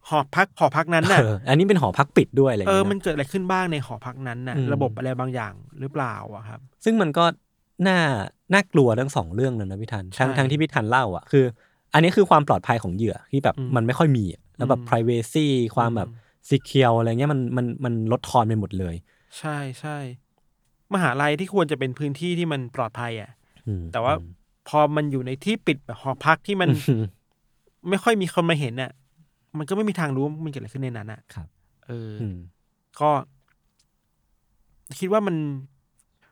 S2: หอพักหอพักนั้นน่ะ
S1: เอออันนี้เป็นหอพักปิดด้วยอะไรย่า
S2: เองอ
S1: งี้ย
S2: มันเกิดอะไรขึ้นบ้างในหอพักนั้นน่ะ
S1: อืม
S2: ระบบอะไรบางอย่างหรือเปล่าอะครับ
S1: ซึ่งมันก็น่าน่ากลัวทั้งสองเรื่องเลยนะพี่ทัน
S2: ใช่
S1: ทั้งทั้งที่พี่ทันเล่าอ่ะคือ อันนี้คือความปลอดภัยของเหยื่อที่แบบ
S2: อืม
S1: มันไม่ค่อยมีอะแล้วแบบ
S2: อืม
S1: p r i เวซีความแบบซีเคียวอะไรเงี้ยมันมันมันลดทอนไปหมดเลย
S2: ใช่ใช่มหาลัยที่ควรจะเป็นพื้นที่ที่มันปลอดภัยอ่ะ
S1: อืม
S2: แต่ว่าพอมันอยู่ในที่ปิดแบบหอพักที่มัน
S1: อืม
S2: ไม่ค่อยมีคนมาเห็นน่ะ มันก็ไม่มีทางรู้ว่ามันเกิดอะไรขึ้นในนั้นน่ะ
S1: ครับ
S2: เอออ
S1: อืม
S2: ก็ คิดว่ามัน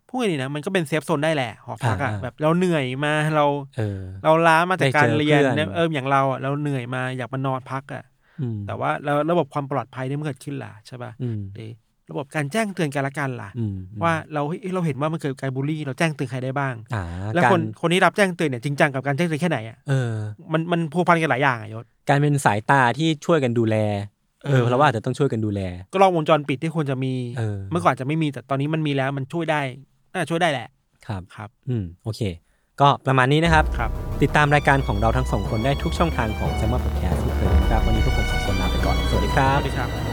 S2: พูดกันดีนะ มันก็เป็นเซฟโซนได้แหละ หอพักอ่ะ แบบเราเหนื่อยมาเรา
S1: เออ
S2: เราล้ามาจากการ
S1: ได้เจอ
S2: เรียน
S1: เพื่อน
S2: เนี่ยเอออย่างเราอ่ะเราเหนื่อยมาอยากมานอนพักอ่ะ
S1: อืม
S2: แต่ว่าแล้วระบบความปลอดภัยเนี่ยมันเกิดขึ้นล่ะใช่ป่ะ
S1: อืม
S2: หรือระบบการแจ้งเตือนกันละกันล่ะ
S1: อืม
S2: ว่าเราเฮ้ยเราเห็นว่ามันเกิดการบูลลี่ เราแจ้งเตือนใครได้บ้าง
S1: อ่า
S2: แล้ว
S1: การ
S2: คนคนที่รับแจ้งเตือนเนี่ยจริงจังกับการแจ้งเตือนแค่ไหนอ่ะ
S1: เออ
S2: มันมันพัวพันกันหลายอย่างอ่ะยศ
S1: การเป็นสายตาที่ช่วยกันดูแล เออ
S2: เออ
S1: เราว่าอาจจะต้องช่วยกันดูแล
S2: ก็ลองวงจรปิดที่ควรจะมี
S1: เออ
S2: เมื่อก่อนจะไม่มีแต่ตอนนี้มันมีแล้วมันช่วยได้ น่าจะช่วยได้แหละ
S1: ครับ
S2: ครับ
S1: อืม โอเค ก็ประมาณนี้นะครับ
S2: ครับ
S1: ติดตามรายการของเราทั้งสองคนได้ทุกช่องทางของ s ซมมอนพอดแคสต์ที่เคยนะครับ วันนี้พวกผมสองคนลาไปก่อน สวัสดีครั
S2: ส
S1: บ
S2: วัสดีครับ